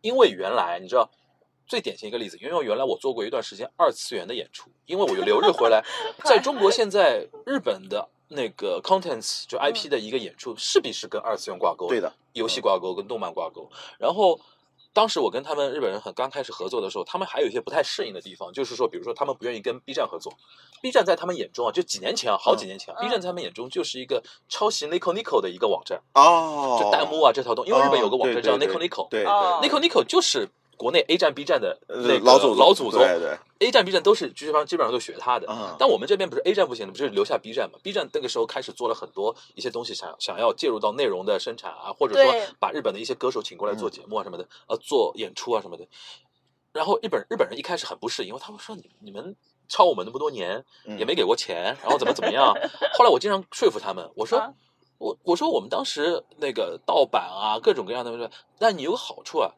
Speaker 4: 因为原来你知道。最典型一个例子，因为原来我做过一段时间二次元的演出，因为我有留日回来，
Speaker 2: [laughs]
Speaker 4: 在中国现在日本的那个 contents 就
Speaker 2: 嗯
Speaker 4: IP 的一个演出，势必是跟二次元挂钩，
Speaker 3: 对的，嗯
Speaker 4: 游戏挂钩跟动漫挂钩。然后当时我跟他们日本人很刚开始合作的时候，他们还有一些不太适应的地方，就是说，比如说他们不愿意跟 B 站合作，B 站在他们眼中啊，就几年前啊，好几年前、
Speaker 2: 嗯
Speaker 4: 啊 b 站在他们眼中就是一个抄袭 Nico Nico 的一个网站，
Speaker 3: 哦，
Speaker 4: 就弹幕啊这条东西，因为日本有个网站叫
Speaker 3: 哦对
Speaker 4: Nico
Speaker 3: 对
Speaker 4: Nico，Nico
Speaker 3: 对对
Speaker 2: 哦
Speaker 4: Nico 就是。国内 A 站、B 站的
Speaker 3: 呃
Speaker 4: 那个
Speaker 3: 老祖宗
Speaker 4: 老祖宗
Speaker 3: 对对
Speaker 4: ，A 站、B 站都是基本上基本上都学他的。
Speaker 3: 嗯
Speaker 4: 但我们这边不是 A 站不行了，不是留下 B 站嘛？B 站那个时候开始做了很多一些东西想，想要介入到内容的生产啊，或者
Speaker 2: 对
Speaker 4: 说把日本的一些歌手请
Speaker 3: 嗯
Speaker 4: 过来做节目啊什么的，呃，做演出啊什么的。然后日本日本人一开始很不适应，因为他们说你你们抄我们那么多年，
Speaker 3: 嗯
Speaker 4: 也没给过钱，然后怎么怎么
Speaker 3: [laughs]
Speaker 4: 样。后来我经常说服他们，我说。
Speaker 2: 啊
Speaker 4: 我我说我们当时那个盗版啊，各种各样的，但你有个好处啊，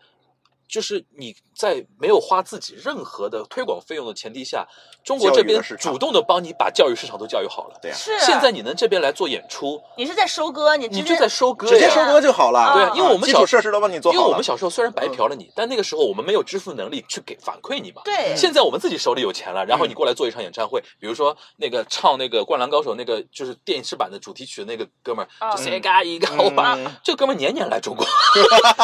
Speaker 4: 就是你在没有花自己任何的推广费用的前提下，中国
Speaker 3: 教育
Speaker 4: 这
Speaker 3: 的
Speaker 4: 边
Speaker 3: 市场
Speaker 4: 主动的帮你把教育市场都教育好了。
Speaker 3: 对呀、
Speaker 2: 是
Speaker 4: 现在你能这边来做演出，
Speaker 2: 你是在收割，你直
Speaker 4: 你就
Speaker 2: 接
Speaker 4: 在收割呀，
Speaker 3: 直接收割就好了。
Speaker 2: 对
Speaker 3: 啊
Speaker 2: 因
Speaker 4: 为我们
Speaker 3: 基
Speaker 4: 小
Speaker 3: 础设施都帮你做
Speaker 4: 因为
Speaker 3: 好
Speaker 4: 我
Speaker 3: 了嗯
Speaker 4: 们。小时候虽然白嫖了你，但那个时候我们没有支付能力去给反馈你嘛。
Speaker 2: 对
Speaker 4: 现在我们自己手里有钱了，然后你
Speaker 3: 嗯
Speaker 4: 过来做一场演唱会，比如说那个唱那个《灌篮高手》那个就是电视版的主题曲的那个哥们
Speaker 2: 嗯
Speaker 4: 儿，就谁嘎一嘎我把
Speaker 3: 嗯
Speaker 4: 这哥们儿年年来中国，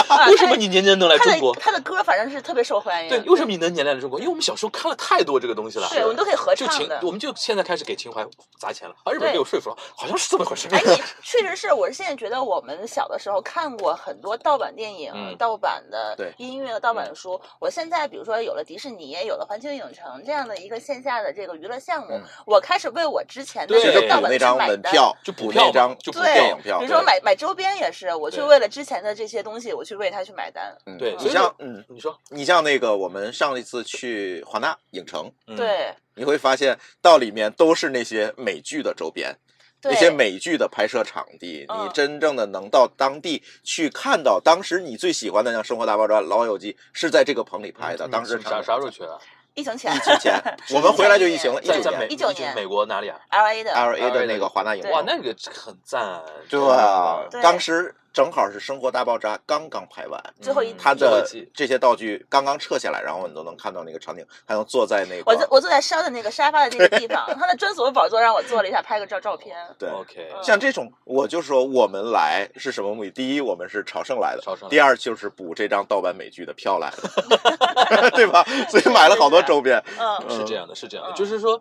Speaker 2: 啊
Speaker 4: [laughs] 为什
Speaker 2: 他
Speaker 4: 么
Speaker 2: 的
Speaker 4: 你年年能来
Speaker 2: 他
Speaker 4: 中
Speaker 2: 的
Speaker 4: 国？
Speaker 2: 他的歌反正是特别受欢迎，
Speaker 4: 对，为什么你能年年来中国？因为我们小时候看了太多这个东西了。
Speaker 2: 对我们都可以合
Speaker 4: 就
Speaker 2: 唱
Speaker 4: 情，
Speaker 2: 的
Speaker 4: 我。们就现在开始给情怀砸钱了。啊，日本
Speaker 2: 对
Speaker 4: 被我说服了，好像是这么回事。
Speaker 2: 哎，你确实是，我现在觉得我们小的时候看过很多盗版电影、
Speaker 4: 嗯
Speaker 2: 盗版的
Speaker 3: 对
Speaker 2: 音乐、盗版的书。我现在比如说有了迪士尼，有了环球影城这样的一个线下的这个娱乐项目，
Speaker 3: 嗯
Speaker 2: 我开始为我之前的
Speaker 4: 对
Speaker 3: 其
Speaker 2: 这
Speaker 3: 实
Speaker 2: 个盗
Speaker 3: 补
Speaker 2: 版
Speaker 3: 那
Speaker 2: 去
Speaker 3: 张
Speaker 2: 买
Speaker 3: 门
Speaker 2: 单。
Speaker 3: 票，
Speaker 4: 就补
Speaker 3: 补
Speaker 4: 票
Speaker 3: 那
Speaker 4: 嘛
Speaker 3: 张
Speaker 4: 就补
Speaker 3: 电
Speaker 2: 对
Speaker 3: 影票，
Speaker 2: 比如说
Speaker 4: 对
Speaker 2: 买买周边也是，我去
Speaker 4: 对
Speaker 2: 为了之前的这些东西，我去为它去买单。
Speaker 3: 嗯
Speaker 4: 对所
Speaker 3: 你
Speaker 4: 以
Speaker 3: 像
Speaker 4: 就
Speaker 3: 嗯，
Speaker 4: 你说，
Speaker 3: 你像那个我们上一次去华纳影城，
Speaker 4: 嗯，
Speaker 2: 对
Speaker 3: 你会发现到里面都是那些美剧的周边，
Speaker 2: 对，
Speaker 3: 那些美剧的拍摄场地，
Speaker 2: 嗯
Speaker 3: 你真正的能到当地去看到当时你最喜欢的像《生活大爆炸》《老友记》是在这个棚里拍的，
Speaker 4: 嗯
Speaker 3: 当时
Speaker 4: 啥啥时候去的？
Speaker 2: 疫情前
Speaker 3: 疫情前，我们回来就疫情了，一
Speaker 4: 在
Speaker 3: 九
Speaker 4: 在美
Speaker 3: 年
Speaker 2: 一九年
Speaker 4: 美国哪里啊？
Speaker 2: L A 的
Speaker 3: L A 的
Speaker 4: LA
Speaker 3: 那个华纳影
Speaker 2: 对
Speaker 4: 哇，
Speaker 3: 城，
Speaker 4: 那个很赞，
Speaker 3: 对啊
Speaker 2: 对，
Speaker 3: 当时正好是《生活大爆炸》刚刚拍完。
Speaker 4: 嗯
Speaker 2: 最后一集
Speaker 3: 它
Speaker 4: 最后一
Speaker 3: 的
Speaker 4: 集
Speaker 3: 这些道具刚刚撤下来，然后你都能看到那个场景，还能坐在那
Speaker 2: 我坐
Speaker 3: 个
Speaker 2: 我坐在烧的那个沙发的那个地方，他的专属宝座让我坐了一下，拍个照照片。
Speaker 3: 对。
Speaker 4: OK，
Speaker 3: 像这种，我就说我们来是什么目的？第一，我们是朝圣来的
Speaker 4: 朝圣；来
Speaker 3: 第二，就是补这张盗版美剧的票来的， [laughs] 对吧？所以买了好多周边。
Speaker 2: 嗯，
Speaker 4: 是这样的，是这样的，
Speaker 2: 嗯
Speaker 4: 就是说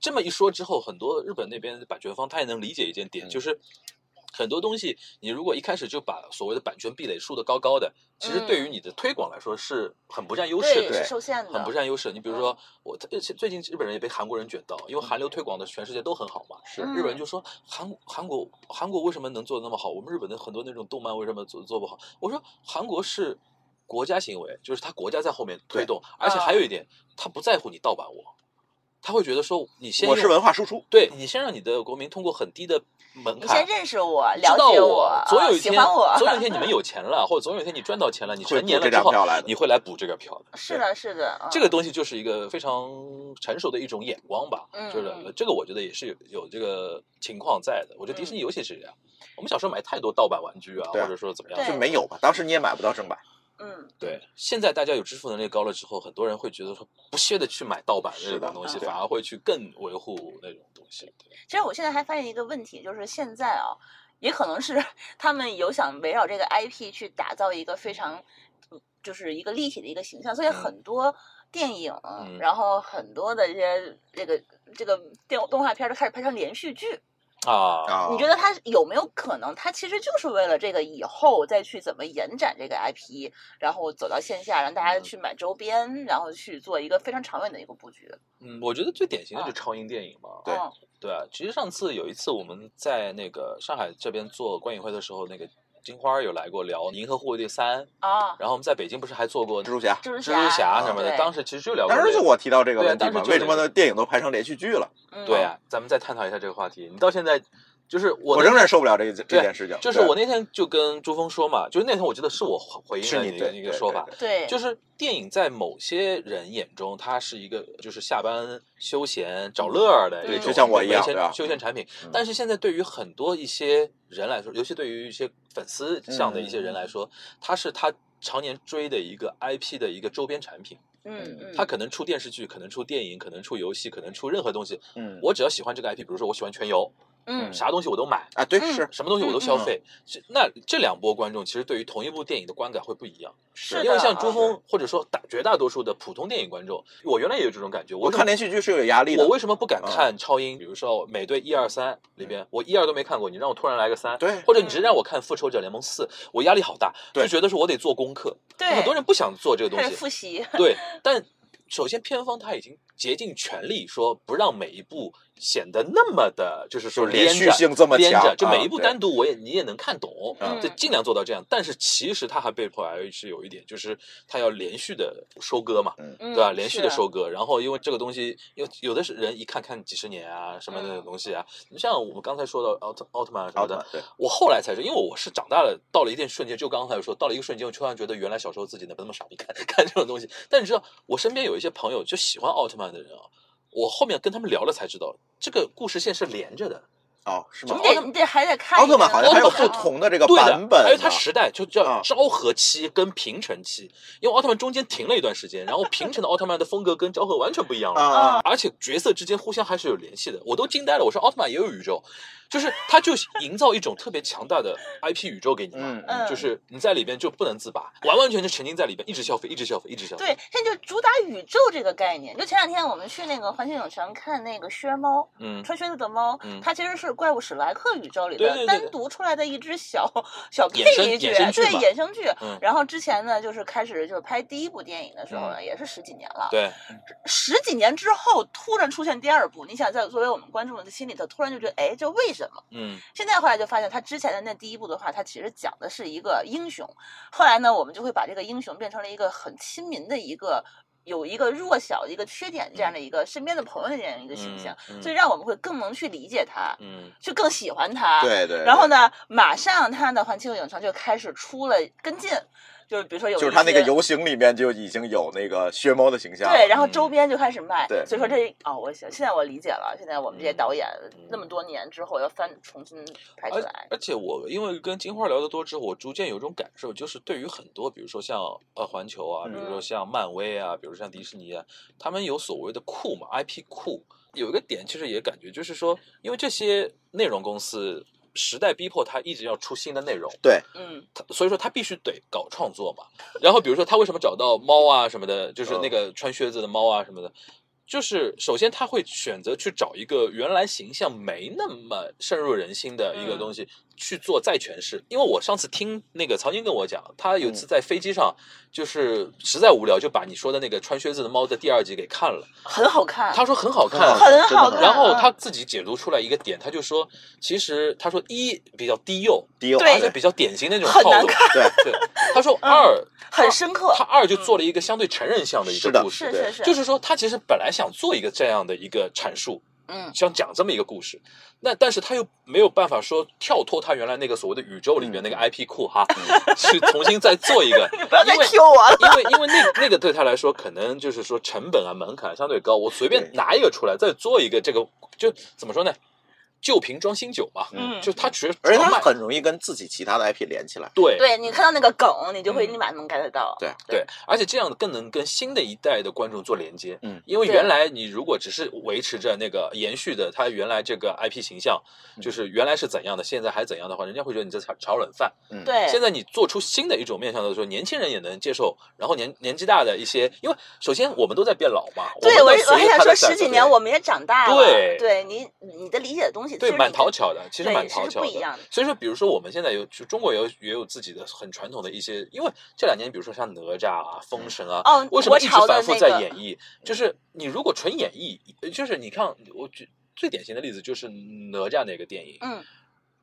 Speaker 4: 这这么一说之后，很多日本那边的版权方他也能理解一件点，
Speaker 3: 嗯
Speaker 4: 就是。很多东西，你如果一开始就把所谓的版权壁垒竖得高高的，其实
Speaker 2: 嗯
Speaker 4: 对于你的推广来说是很不占优势
Speaker 2: 对，
Speaker 4: 的。
Speaker 2: 是受限的，
Speaker 4: 很不占优势。你比如
Speaker 2: 嗯
Speaker 4: 说，我他最近日本人也被韩国人卷到，因为韩流推广的全世界都很好嘛。
Speaker 3: 是
Speaker 2: 嗯
Speaker 4: 日本人就说韩韩国韩国为什么能做的那么好？我们日本的很多那种动漫为什么做做不好？我说韩国是国家行为，就是他国家在后面推动，而且还
Speaker 3: 啊
Speaker 4: 有一点，他不在乎你盗版我，他会觉得说你先
Speaker 3: 我是
Speaker 4: 用
Speaker 3: 文化嗯输出，
Speaker 4: 对你先让你的国民通过很低的门
Speaker 2: 你先
Speaker 4: 槛。
Speaker 2: 认识我，
Speaker 4: 知
Speaker 2: 了
Speaker 4: 道
Speaker 2: 解
Speaker 4: 我，总有一
Speaker 2: 喜
Speaker 4: 天，
Speaker 2: 欢我，
Speaker 4: 总有一天
Speaker 3: [laughs]
Speaker 4: 你们有钱了，或者总有一天你赚到钱了，你
Speaker 3: 会
Speaker 4: 成
Speaker 3: 补
Speaker 4: 年了
Speaker 3: 这
Speaker 4: 之
Speaker 3: 张
Speaker 4: 后
Speaker 3: 票来，的
Speaker 4: 你会来补这个票的。
Speaker 2: 是的，是的，嗯
Speaker 4: 这个东西就是一个非常成熟的一种眼光吧，
Speaker 2: 嗯
Speaker 4: 就是
Speaker 2: 嗯
Speaker 4: 这个，我觉得也是有有这个情况在的。我觉得迪士
Speaker 2: 嗯
Speaker 4: 尼尤其是这样，我们小时候买太多盗版玩具啊，
Speaker 3: 对啊
Speaker 4: 或者说怎么
Speaker 2: 对
Speaker 4: 样，
Speaker 3: 就没有吧？当时你也买不到正版，
Speaker 2: 嗯，
Speaker 4: 对。现在大家有支付能力高了之后，很多人会觉得说不屑的去买盗版的那
Speaker 3: 是的
Speaker 2: 嗯
Speaker 4: 种东西，
Speaker 3: 对啊
Speaker 4: 反而会去更维护那种东西。对
Speaker 2: 其实我现在还发现一个问题，就是现在啊、也可能是 [laughs] 他们有想围绕这个 IP 去打造一个非常，嗯就是一个立体的一个形象，所以很多电影，
Speaker 4: 嗯
Speaker 2: 然后很多的这些这个这个电动画片儿都开始拍成连续剧，
Speaker 4: 啊，
Speaker 3: 啊
Speaker 2: 你觉得它有没有可能，它其实就是为了这个以后再去怎么延展这个 IP，然后走到线下，让大家
Speaker 4: 嗯
Speaker 2: 去买周边，然后去做一个非常长远的一个布局。
Speaker 4: 嗯，我觉得最典型的就
Speaker 2: 啊
Speaker 4: 是超英电影嘛，
Speaker 3: 对
Speaker 2: 嗯
Speaker 4: 对啊，其实上次有一次我们在那个上海这边做观影会的时候，那个金花儿有来过聊《银河护卫队三》，
Speaker 2: 啊，
Speaker 4: 然后我们在北京不是还做过
Speaker 3: 蜘蛛侠。
Speaker 2: 蜘蛛
Speaker 4: 蜘蛛侠什么的，
Speaker 2: 对
Speaker 4: 当时其实就聊过这
Speaker 3: 当
Speaker 4: 个。
Speaker 3: 时就我提到这个问题
Speaker 4: 对当
Speaker 3: 嘛，
Speaker 4: 时就
Speaker 3: 为什么呢？电影都拍成连续剧了，
Speaker 2: 嗯
Speaker 4: 对啊，咱们再探讨一下这个话题。你到现在就是我
Speaker 3: 我
Speaker 4: 那
Speaker 3: 仍然受不了这这
Speaker 4: 对
Speaker 3: 件事情。
Speaker 4: 就是
Speaker 3: 对
Speaker 4: 我那天就跟朱峰说嘛，就是那天我记得是我回应
Speaker 3: 是
Speaker 4: 了
Speaker 3: 你
Speaker 4: 你
Speaker 3: 对
Speaker 4: 的一个说法，，
Speaker 2: 对，
Speaker 4: 就是电影在某些人眼中，它是一个就是下班休闲找乐儿的
Speaker 2: 嗯
Speaker 4: 这种，
Speaker 2: 就
Speaker 3: 像我一样
Speaker 4: 休闲
Speaker 3: 对吧
Speaker 4: 休闲产品
Speaker 3: 嗯。
Speaker 4: 但是现在对于很多一些人来说，尤其对于一些粉丝向的一些人
Speaker 3: 嗯
Speaker 4: 来说，它是他常年追的一个 IP 的一个周边产品。
Speaker 2: 嗯嗯，
Speaker 4: 它可能出电视剧，可能出电影，可能出游戏，可能出任何东西。
Speaker 3: 嗯，
Speaker 4: 我只要喜欢这个 IP，比如说我喜欢全游，
Speaker 2: 嗯
Speaker 4: 啥东西我都买，
Speaker 3: 啊，对，
Speaker 2: 嗯
Speaker 3: 是
Speaker 4: 什么东西我都消费。这那这两波观众其实对于同一部电影的观感会不一样，
Speaker 2: 是的
Speaker 4: 因为像朱
Speaker 2: 啊
Speaker 4: 峰或者说大绝大多数的普通电影观众，我原来也有这种感觉，
Speaker 3: 我
Speaker 4: 我
Speaker 3: 看连续剧是有压力的嗯
Speaker 4: 我。为什么不敢看超英？比如说美队一二三里边，我一二都没看过，你让我突然来个三，
Speaker 3: 对嗯
Speaker 4: 或者你直接让我看复仇者联盟四，我压力好大，
Speaker 3: 对
Speaker 4: 就觉得是我得做功课。
Speaker 2: 对
Speaker 4: 很多人不想做这个东
Speaker 2: 开
Speaker 3: [laughs]
Speaker 4: 西
Speaker 2: 始，复习，
Speaker 4: 对，但首先片方他已经竭尽全力说不让每一部显得那么的，就是说
Speaker 3: 就连
Speaker 4: 连
Speaker 3: 续
Speaker 4: 着
Speaker 3: 性这么
Speaker 4: 连着
Speaker 3: 强，
Speaker 4: 就
Speaker 3: 啊
Speaker 4: 每一部
Speaker 3: 对
Speaker 4: 单独我也你也能看懂，
Speaker 2: 嗯
Speaker 4: 就尽量做到这样。但是其实它还被迫还是有一点，就是它要连续的收割嘛，
Speaker 2: 对
Speaker 3: 嗯
Speaker 4: 对吧？连续的收割，然后因为这个东西，因为有的是人一看看几十年啊，什么那种东西啊。你像我们刚才说到奥特奥特曼什么
Speaker 3: 嗯奥特曼
Speaker 4: 的，
Speaker 3: 哦对，
Speaker 4: 我后来才知道，因为我是长大了，到了一定瞬间，就刚才说，到了一个瞬间，我突然觉得原来小时候自己能不那么傻逼看 [laughs] 看这种东西。但你知道，我身边有一些朋友就喜欢奥特曼的人啊，我后面跟他们聊了才知道，这个故事线是连着的。
Speaker 3: 哦，是吗
Speaker 2: 你？得你得还得看嗯
Speaker 3: 奥特曼好像还有
Speaker 2: 奥特
Speaker 3: 不
Speaker 2: 曼
Speaker 3: 同的这个
Speaker 4: 对的
Speaker 3: 版本啊呢，
Speaker 4: 还有它时代就叫
Speaker 3: 啊
Speaker 4: 昭和期跟平成期，因为奥特曼中间停了一段时间，然后平成的奥特曼的风格跟昭和完全不一样了。
Speaker 3: 啊，
Speaker 4: 而且角色之间互相还是有联系的，我都惊呆了。我说奥特曼也有宇宙，就是他就营造一种特别强大的 IP 宇宙给你嘛，
Speaker 3: 嗯
Speaker 2: 嗯
Speaker 4: 就是你在里边就不能自拔，完完全全沉浸在里边，一直消费，一直消费，一直消费。
Speaker 2: 对，现在就主打宇宙这个概念。就前两天我们去那个环球影城看那个靴猫，
Speaker 4: 嗯，
Speaker 2: 穿靴子的猫，
Speaker 4: 嗯
Speaker 2: 它其实是怪物史莱克宇宙里
Speaker 4: 对
Speaker 2: 的
Speaker 4: 对对
Speaker 2: 单
Speaker 4: 对
Speaker 2: 独出来的一只小小配
Speaker 4: 衍生
Speaker 2: 角，
Speaker 4: 衍生剧
Speaker 2: 对
Speaker 4: 嘛
Speaker 2: 衍生剧。
Speaker 4: 嗯
Speaker 2: 然后之前呢，就是开始就是拍第一部电影的时候呢，也是十几年了。
Speaker 4: 对，
Speaker 2: 十几年之后突然出现第二部，你想在作为我们观众的心里头，突然就觉得，哎，这为什么？
Speaker 4: 嗯，
Speaker 2: 现在后来就发现，他之前的那第一部的话，他其实讲的是一个英雄。后来呢，我们就会把这个英雄变成了一个很亲民的一个，有一个弱小的一个缺点这样的一个身边的朋友的这样一个形象，
Speaker 4: 嗯，
Speaker 2: 啊所以让我们会更能去理解他，
Speaker 4: 嗯，
Speaker 2: 去更喜欢他。。
Speaker 3: 对对。
Speaker 2: 然后呢，马上他的环球影城就开始出了跟进，就是比如说有
Speaker 3: 对？就是
Speaker 2: 一
Speaker 3: 他那个
Speaker 2: 些
Speaker 3: 游行里面就已经有那个薛猫的形象了，
Speaker 2: 对，然后周边就开始卖。
Speaker 3: 对
Speaker 2: 所以说这哦，我想现在我理解了，现在我们这些导演
Speaker 4: 嗯
Speaker 2: 那么多年之后要翻重新拍起
Speaker 4: 而
Speaker 2: 来。
Speaker 4: 而且我因为跟金花聊得多之后，我逐渐有一种感受，就是对于很多，比如说像呃环球啊，
Speaker 3: 嗯
Speaker 4: 比如说像漫威啊，比如像迪士尼啊，他们有所谓的库嘛，IP 库，有一个点其实也感觉就是说，因为这些内容公司时代逼迫它一直要出新的内容，
Speaker 3: 对，
Speaker 2: 嗯
Speaker 4: 它所以说它必须得搞创作嘛。然后比如说它为什么找到猫啊什么的，就是
Speaker 2: 嗯
Speaker 4: 那个穿靴子的猫啊什么的。就是首先，他会选择去找一个原来形象没那么深入人心的一个
Speaker 2: 嗯
Speaker 4: 东西、去做再诠释。因为我上次听那个曹宁跟我讲，他有
Speaker 2: 嗯
Speaker 4: 一次在飞机上，就是实在无聊，就把你说的那个穿靴子的猫的第二集给看了。，
Speaker 2: 很好看。
Speaker 4: 他说很好
Speaker 3: 很
Speaker 4: 看，
Speaker 3: 好
Speaker 2: 啊很
Speaker 3: 真的
Speaker 2: 好
Speaker 3: 很
Speaker 2: 看。
Speaker 4: 然后
Speaker 2: 嗯
Speaker 4: 他自己解读出来一个点，他就说，其实他说一比较低幼，
Speaker 3: 迪奥
Speaker 2: 对
Speaker 4: 而且比较典型的那种
Speaker 2: 哎很
Speaker 4: 套
Speaker 2: 难
Speaker 4: 路。
Speaker 2: 看
Speaker 4: [laughs]
Speaker 3: 对，
Speaker 4: 对，他说
Speaker 2: 嗯
Speaker 4: 二
Speaker 2: 很深刻
Speaker 4: 他，二就做了一个相对成人向的一
Speaker 3: 是
Speaker 4: 个
Speaker 3: 的
Speaker 4: 故事，
Speaker 2: 嗯是
Speaker 3: 对
Speaker 2: 是是，
Speaker 4: 就是说他其实本来想做一个这样的一个阐述，
Speaker 2: 嗯
Speaker 4: 想讲这么一个故事，那但是他又没有办法说跳脱他原来那个所谓的宇宙里面
Speaker 3: 嗯
Speaker 4: 那个 IP 库哈， [laughs] 去重新再做一个
Speaker 2: 你， [laughs] 不要再
Speaker 4: 因为
Speaker 2: 挑我了。
Speaker 4: 因为因为那那个对他来说，可能就是说成本啊门槛相对高，我随便
Speaker 3: 对
Speaker 4: 拿一个出来，再做一个这个，就怎么说呢？旧瓶装新酒嘛，
Speaker 2: 嗯
Speaker 4: 就他其实
Speaker 3: 而且它
Speaker 4: 卖
Speaker 3: 很容易跟自己其他的 IP 连起来，
Speaker 4: 对
Speaker 2: 对你看到那个梗，你就会
Speaker 4: 嗯
Speaker 2: 立马能 get 到。
Speaker 3: 对
Speaker 4: 对，而且这样更能跟新的一代的观众做连接。
Speaker 3: 嗯
Speaker 4: 因为
Speaker 2: 对
Speaker 4: 原来你如果只是维持着那个延续的他原来这个 IP 形象，
Speaker 2: 嗯
Speaker 4: 就是原来是怎样的，现在还怎样的话，人家会觉得你在炒炒冷饭。
Speaker 3: 嗯，
Speaker 2: 对，
Speaker 4: 现在你做出新的一种面向的时候，年轻人也能接受，然后年年纪大的一些，因为首先我们都在变老嘛，
Speaker 2: 对我
Speaker 4: 我
Speaker 2: 我
Speaker 4: 们都
Speaker 2: 还
Speaker 4: 随着
Speaker 2: 想
Speaker 4: 他
Speaker 2: 说
Speaker 4: 的
Speaker 2: 十几
Speaker 4: 转变
Speaker 2: 年我们也长大了。
Speaker 4: 对
Speaker 2: 对你你的理解的东西
Speaker 4: 对
Speaker 2: 其实
Speaker 4: 蛮
Speaker 2: 已经
Speaker 4: 讨巧的，其实
Speaker 2: 对
Speaker 4: 蛮
Speaker 2: 其
Speaker 4: 讨
Speaker 2: 实
Speaker 4: 巧
Speaker 2: 不一样的
Speaker 4: 所以说，比如说我们现在有，就中国也有也有自己的很传统的一些，因为这两年，比如说像哪吒啊、封神啊，
Speaker 2: 哦
Speaker 4: 为什么
Speaker 2: 国
Speaker 4: 一直
Speaker 2: 潮的
Speaker 4: 反复
Speaker 2: 那
Speaker 4: 在
Speaker 2: 个嗯
Speaker 4: 演绎？就是你如果纯演绎，呃就是你看，我举最典型的例子就是哪吒那个电影，
Speaker 2: 嗯，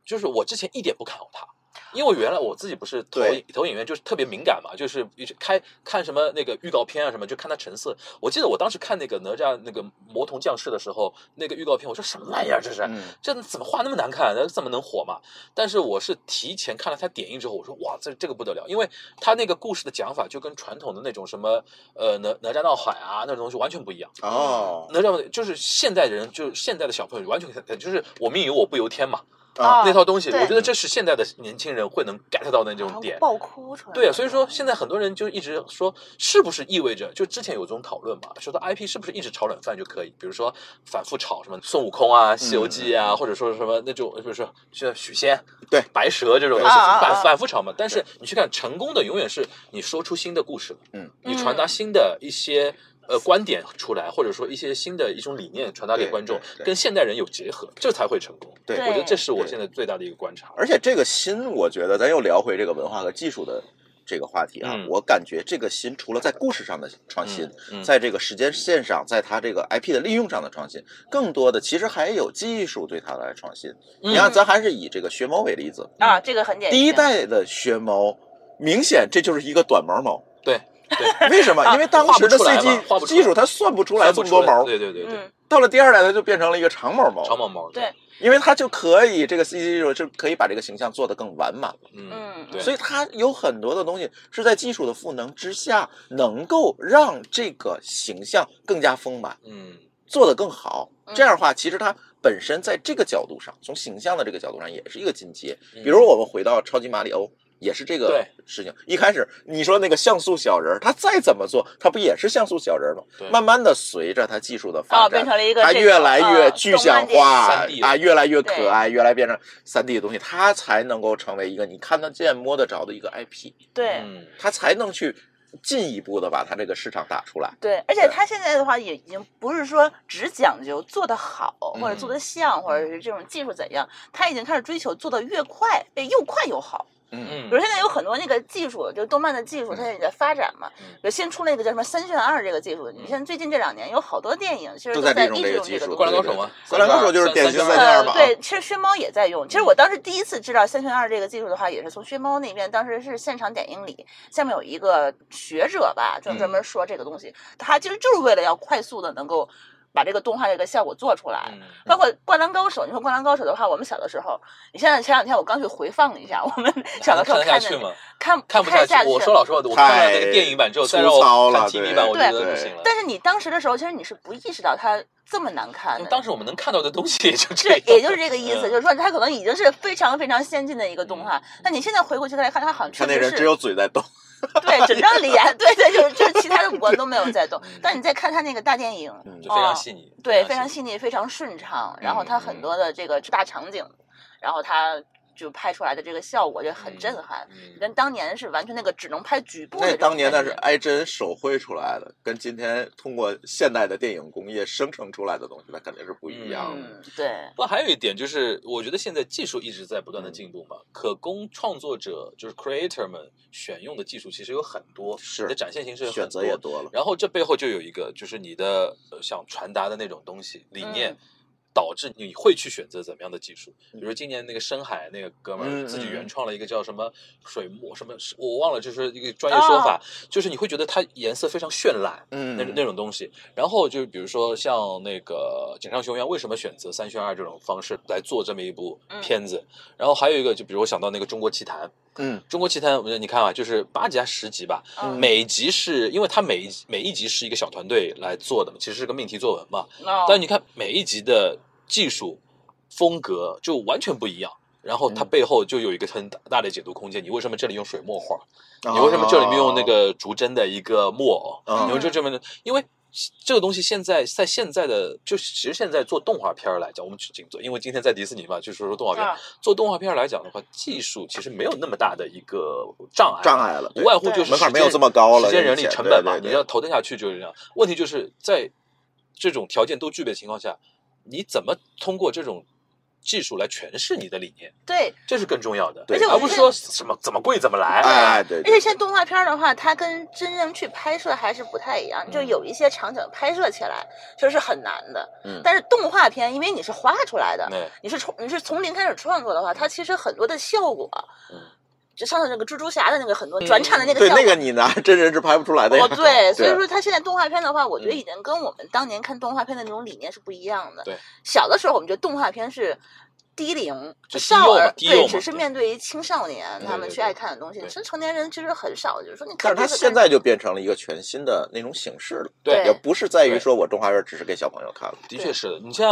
Speaker 4: 就是我之前一点不看好它。因为原来我自己不是投
Speaker 3: 对
Speaker 4: 影投影院，就是特别敏感嘛，就是一直开看什么那个预告片啊什么，就看它成色。我记得我当时看那个哪吒那个魔童降世的时候，那个预告片，我说什么玩意儿这是？
Speaker 3: 嗯，
Speaker 4: 这怎么画那么难看？那怎么能火嘛？但是我是提前看了他点映之后，我说哇，这这个不得了，因为他那个故事的讲法就跟传统的那种什么呃哪哪吒闹海啊那种东西完全不一样。
Speaker 3: 哦，
Speaker 4: 哪吒就是现代人，就是现代的小朋友完全就是我命由我不由天嘛、
Speaker 2: 啊
Speaker 4: 那套东西，
Speaker 2: 对
Speaker 4: 我觉得这是现代的年轻人会能 get 到的那种点。
Speaker 2: 爆哭出来。
Speaker 4: 对啊，所以说现在很多人就一直说，是不是意味着就之前有这种讨论嘛，说到 IP 是不是一直炒冷饭就可以？比如说反复炒什么孙悟空啊、西游记啊，或者说什么那种，比如说像许仙、
Speaker 3: 嗯对
Speaker 4: 白蛇这种
Speaker 3: 对
Speaker 4: 东西，
Speaker 2: 啊啊啊
Speaker 4: 反反复炒嘛。但是你去看成功的，永远是你说出新的故事，
Speaker 3: 嗯，
Speaker 4: 你传达新的一些。呃，观点出来，或者说一些新的一种理念传达给
Speaker 3: 对
Speaker 4: 观众
Speaker 3: 对，对
Speaker 4: 跟现代人有结合，这才会成功。
Speaker 3: 对
Speaker 4: 我觉得这是我
Speaker 3: 对
Speaker 4: 现在最大的一个观察。
Speaker 3: 而且这个新，我觉得咱又聊回这个文化和技术的这个话题啊，
Speaker 4: 嗯
Speaker 3: 我感觉这个新除了在故事上的创新，
Speaker 4: 嗯
Speaker 3: 在这个时间线上，在它这个 IP 的利用上的创新，更多的其实还有技术对它的创新。你看，
Speaker 2: 嗯
Speaker 3: 咱还是以这个学猫为例子，
Speaker 2: 啊，这个很典型。
Speaker 3: 第一代的学猫，明显这就是一个短毛猫。
Speaker 4: 对对，
Speaker 3: 为
Speaker 4: [laughs]
Speaker 3: 什么？因为当时的
Speaker 4: 画不出来嘛画
Speaker 3: CG
Speaker 4: 不出来
Speaker 3: 技术它算不出来
Speaker 4: 来
Speaker 3: 这么多毛，
Speaker 4: 对对对对，
Speaker 2: 嗯，
Speaker 3: 到了第二代它就变成了一个长毛猫，
Speaker 4: 长毛毛，
Speaker 2: 对，
Speaker 3: 因为它就可以这个 CG 技术就可以把这个形象做得更完满，
Speaker 4: 嗯
Speaker 2: 嗯，
Speaker 4: 对，
Speaker 3: 所以它有很多的东西是在技术的赋能之下，能够让这个形象更加丰满，
Speaker 4: 嗯
Speaker 3: 做得更好。
Speaker 2: 嗯
Speaker 3: 这样的话，其实它本身在这个角度上，从形象的这个角度上也是一个进阶。
Speaker 4: 嗯
Speaker 3: 比如我们回到超级马里奥。也是这个
Speaker 4: 对
Speaker 3: 事情。一开始你说那个像素小人儿，他再怎么做，他不也是像素小人儿吗
Speaker 4: 对？
Speaker 3: 慢慢的，随着他技术的发
Speaker 2: 哦，
Speaker 3: 展
Speaker 2: 变，成了一个
Speaker 3: 它
Speaker 2: 这
Speaker 3: 越
Speaker 2: 种
Speaker 3: 来越
Speaker 2: 呃
Speaker 3: 具
Speaker 2: 动
Speaker 3: 象
Speaker 2: 漫电
Speaker 3: 化
Speaker 4: 动漫电影
Speaker 3: 啊，越来越
Speaker 2: 对
Speaker 3: 可爱，越来越变成三 D 的东西，它才能够成为一个你看得见、摸得着的一个 IP，
Speaker 2: 影对。
Speaker 4: 嗯
Speaker 3: 它才能去进一步的把它这个市场打出来。
Speaker 2: 对，而
Speaker 3: 对
Speaker 2: 且他现在的话也已经不是说只讲究做得好，或者做
Speaker 4: 嗯
Speaker 2: 得像，或者是这种技术怎样，他已经开始追求做得越快，哎，又快又好。
Speaker 3: 嗯，
Speaker 2: 比
Speaker 4: 嗯
Speaker 2: 如现在有很多那个技术，就动漫的技术，它也在发展嘛。
Speaker 4: 嗯
Speaker 2: 比如新出了一个叫什么“三炫二”这个技术，你像最近这两年有好多电影其实
Speaker 3: 都在
Speaker 2: 在
Speaker 3: 利用这
Speaker 2: 一直
Speaker 3: 个
Speaker 2: 用
Speaker 3: 技
Speaker 2: 这个
Speaker 3: 术
Speaker 2: 东
Speaker 4: 灌
Speaker 2: 西
Speaker 4: 篮高手嘛，
Speaker 3: 灌篮高手就是典型的那样
Speaker 4: 啊
Speaker 3: 嘛
Speaker 2: 呃，对，其实薛猫也在用。
Speaker 4: 嗯
Speaker 2: 其实我当时第一次知道三选二这个技术的话，也是从薛猫那边，当时是现场点映里，下面有一个学者吧，专
Speaker 4: 嗯
Speaker 2: 专门说这个东西，他其实就是为了要快速的能够把这个动画这个效果做出来。
Speaker 4: 嗯
Speaker 2: 包括《灌篮高手》，你说《灌篮高手》的话，我们小的时候，你现在前两天我刚去回放了一下，我们小的时候
Speaker 4: 看得下
Speaker 2: 看
Speaker 4: 去吗
Speaker 2: 的？看
Speaker 4: 看不
Speaker 2: 不
Speaker 4: 去。我说老实话，我看了那
Speaker 3: 太
Speaker 4: 个电影版之后，再
Speaker 3: 粗
Speaker 4: 让我
Speaker 3: 糙了
Speaker 4: 看 TV 版，
Speaker 3: 对
Speaker 4: 我觉得
Speaker 3: 对
Speaker 4: 不行了。
Speaker 2: 但是你当时的时候，其实你是不意识到它这么难看
Speaker 4: 因为
Speaker 2: 的。
Speaker 4: 当时我们能看到的东西也就这
Speaker 2: 这
Speaker 4: 样，
Speaker 2: 也就是这个意思，
Speaker 4: 嗯
Speaker 2: 就是说它可能已经是非常非常先进的一个动画。那你现在回过去再来看，它好像确
Speaker 3: 看那
Speaker 2: 实
Speaker 3: 人
Speaker 2: 是
Speaker 3: 只有嘴在动，
Speaker 2: 对整张脸，对对，就是就是其他的五官都没有在动。但你再看它那个大电影，
Speaker 3: 嗯
Speaker 4: 就非常细腻，
Speaker 2: 对，非常。细腻，非常顺畅，然后它
Speaker 4: 嗯
Speaker 2: 很多的这个大场景，然后它就拍出来的这个效果就很震撼。
Speaker 4: 嗯
Speaker 2: 跟当年是完全那个只能拍局部的这
Speaker 3: 那
Speaker 2: 种
Speaker 3: 当年那
Speaker 2: 感
Speaker 3: 是啊
Speaker 2: 觉啊
Speaker 3: 挨针手绘出来的，跟今天通过现代的电影工业生成出来的东西，那肯定是不一样的。
Speaker 2: 嗯，对，
Speaker 4: 不过还有一点就是，我觉得现在技术一直在不断的进步嘛，可供创作者就是 creator 们选用的技术其实有很多，
Speaker 3: 是
Speaker 4: 你的展现形式有很
Speaker 3: 选择
Speaker 4: 多
Speaker 3: 也多了，
Speaker 4: 然后这背后就有一个，就是你的、呃想传达的那种东西理念。
Speaker 2: 嗯
Speaker 4: 导致你会去选择怎么样的技术，比如今年那个深海那个哥们
Speaker 3: 嗯
Speaker 4: 儿自己
Speaker 3: 嗯
Speaker 4: 原创了一个叫什么水墨什么，我忘了，就是一个专业说法，就是你会觉得它颜色非常绚烂，
Speaker 3: 啊嗯
Speaker 4: 那那种东西。然后就是比如说像那个井上雄彦为什么选择三选二这种方式来做这么一部
Speaker 2: 嗯
Speaker 4: 片子？然后还有一个，就比如我想到那个中国奇谭，
Speaker 3: 嗯
Speaker 4: 中国奇谭，呃你看啊，就是八集还是十集吧，
Speaker 2: 嗯
Speaker 4: 每集是因为它每一集每一集是一个小团队来做的，其实是个命题作文嘛。
Speaker 2: 那
Speaker 4: 但你看每一集的技术风格就完全不一样，然后它
Speaker 3: 嗯
Speaker 4: 背后就有一个很大大的解读空间。你为什么这里用水墨画？
Speaker 3: 啊
Speaker 4: 你为什么这里面用那个竹针的一个木偶？
Speaker 3: 嗯
Speaker 4: 你为就这么，因为这个东西现在在现在的，就是其实现在做动画片儿来讲，我们仅做，因为今天在迪士尼嘛，就是说动画片儿、
Speaker 2: 啊
Speaker 4: 做动画片儿来讲的话，技术其实没有那么大的一个障碍，
Speaker 3: 障碍了，
Speaker 4: 无
Speaker 3: 对
Speaker 4: 外乎就是
Speaker 3: 门槛
Speaker 4: 时
Speaker 3: 没有
Speaker 4: 间
Speaker 3: 这么高了
Speaker 4: 时间、人
Speaker 3: 以
Speaker 4: 力、
Speaker 3: 前
Speaker 4: 成
Speaker 3: 对
Speaker 4: 本嘛，
Speaker 3: 对
Speaker 4: 你
Speaker 3: 对
Speaker 4: 要头疼下去就是这样。问题就是在这种条件都具备的情况下，你怎么通过这种技术来诠释你的理念，
Speaker 2: 对，
Speaker 4: 这是更重要的，
Speaker 3: 对而且我
Speaker 4: 而不是
Speaker 2: 觉得
Speaker 4: 说什么怎么贵怎么来。
Speaker 3: 哎，对，
Speaker 2: 而
Speaker 3: 对
Speaker 2: 且现在动画片儿的话，它跟真正去拍摄还是不太一样，就有一些场景拍摄起来就是很难的。
Speaker 3: 嗯
Speaker 2: 但是动画片，因为你是画出来
Speaker 3: 哎
Speaker 2: 的，
Speaker 4: 对，
Speaker 2: 你是从你是从零开始创作的话，它其实很多的效果，
Speaker 4: 嗯
Speaker 2: 就上次那个蜘蛛侠的那个很多转场的那个
Speaker 3: 嗯对
Speaker 2: 效果。
Speaker 3: 那个你拿真人是拍不出来的呀。
Speaker 2: 哦，对，所以
Speaker 3: 对
Speaker 2: 说它现在动画片的话，我觉得
Speaker 4: 啊嗯
Speaker 2: 已经跟我们当年看动画片的那种理念是不一样的。
Speaker 4: 对，
Speaker 2: 小的时候我们觉得动画片是低龄、
Speaker 4: 就低
Speaker 2: 少
Speaker 4: 幼嘛
Speaker 2: 儿，
Speaker 4: 低幼
Speaker 2: 对，
Speaker 4: 嘛
Speaker 2: 只是面对于青少年
Speaker 4: 对
Speaker 2: 他们
Speaker 4: 对
Speaker 2: 去
Speaker 4: 对
Speaker 2: 爱看的东西。
Speaker 4: 对
Speaker 2: 其实成年人其实很少，就是说你
Speaker 3: 但是
Speaker 2: 看这
Speaker 3: 它
Speaker 2: 个
Speaker 3: 现
Speaker 2: 干
Speaker 3: 在就变成了一个全新的那种形式了，
Speaker 4: 对
Speaker 3: 也不是在于
Speaker 4: 对
Speaker 3: 说我动画片只是给小朋友看了，
Speaker 4: 的
Speaker 2: 对
Speaker 4: 确是的。你像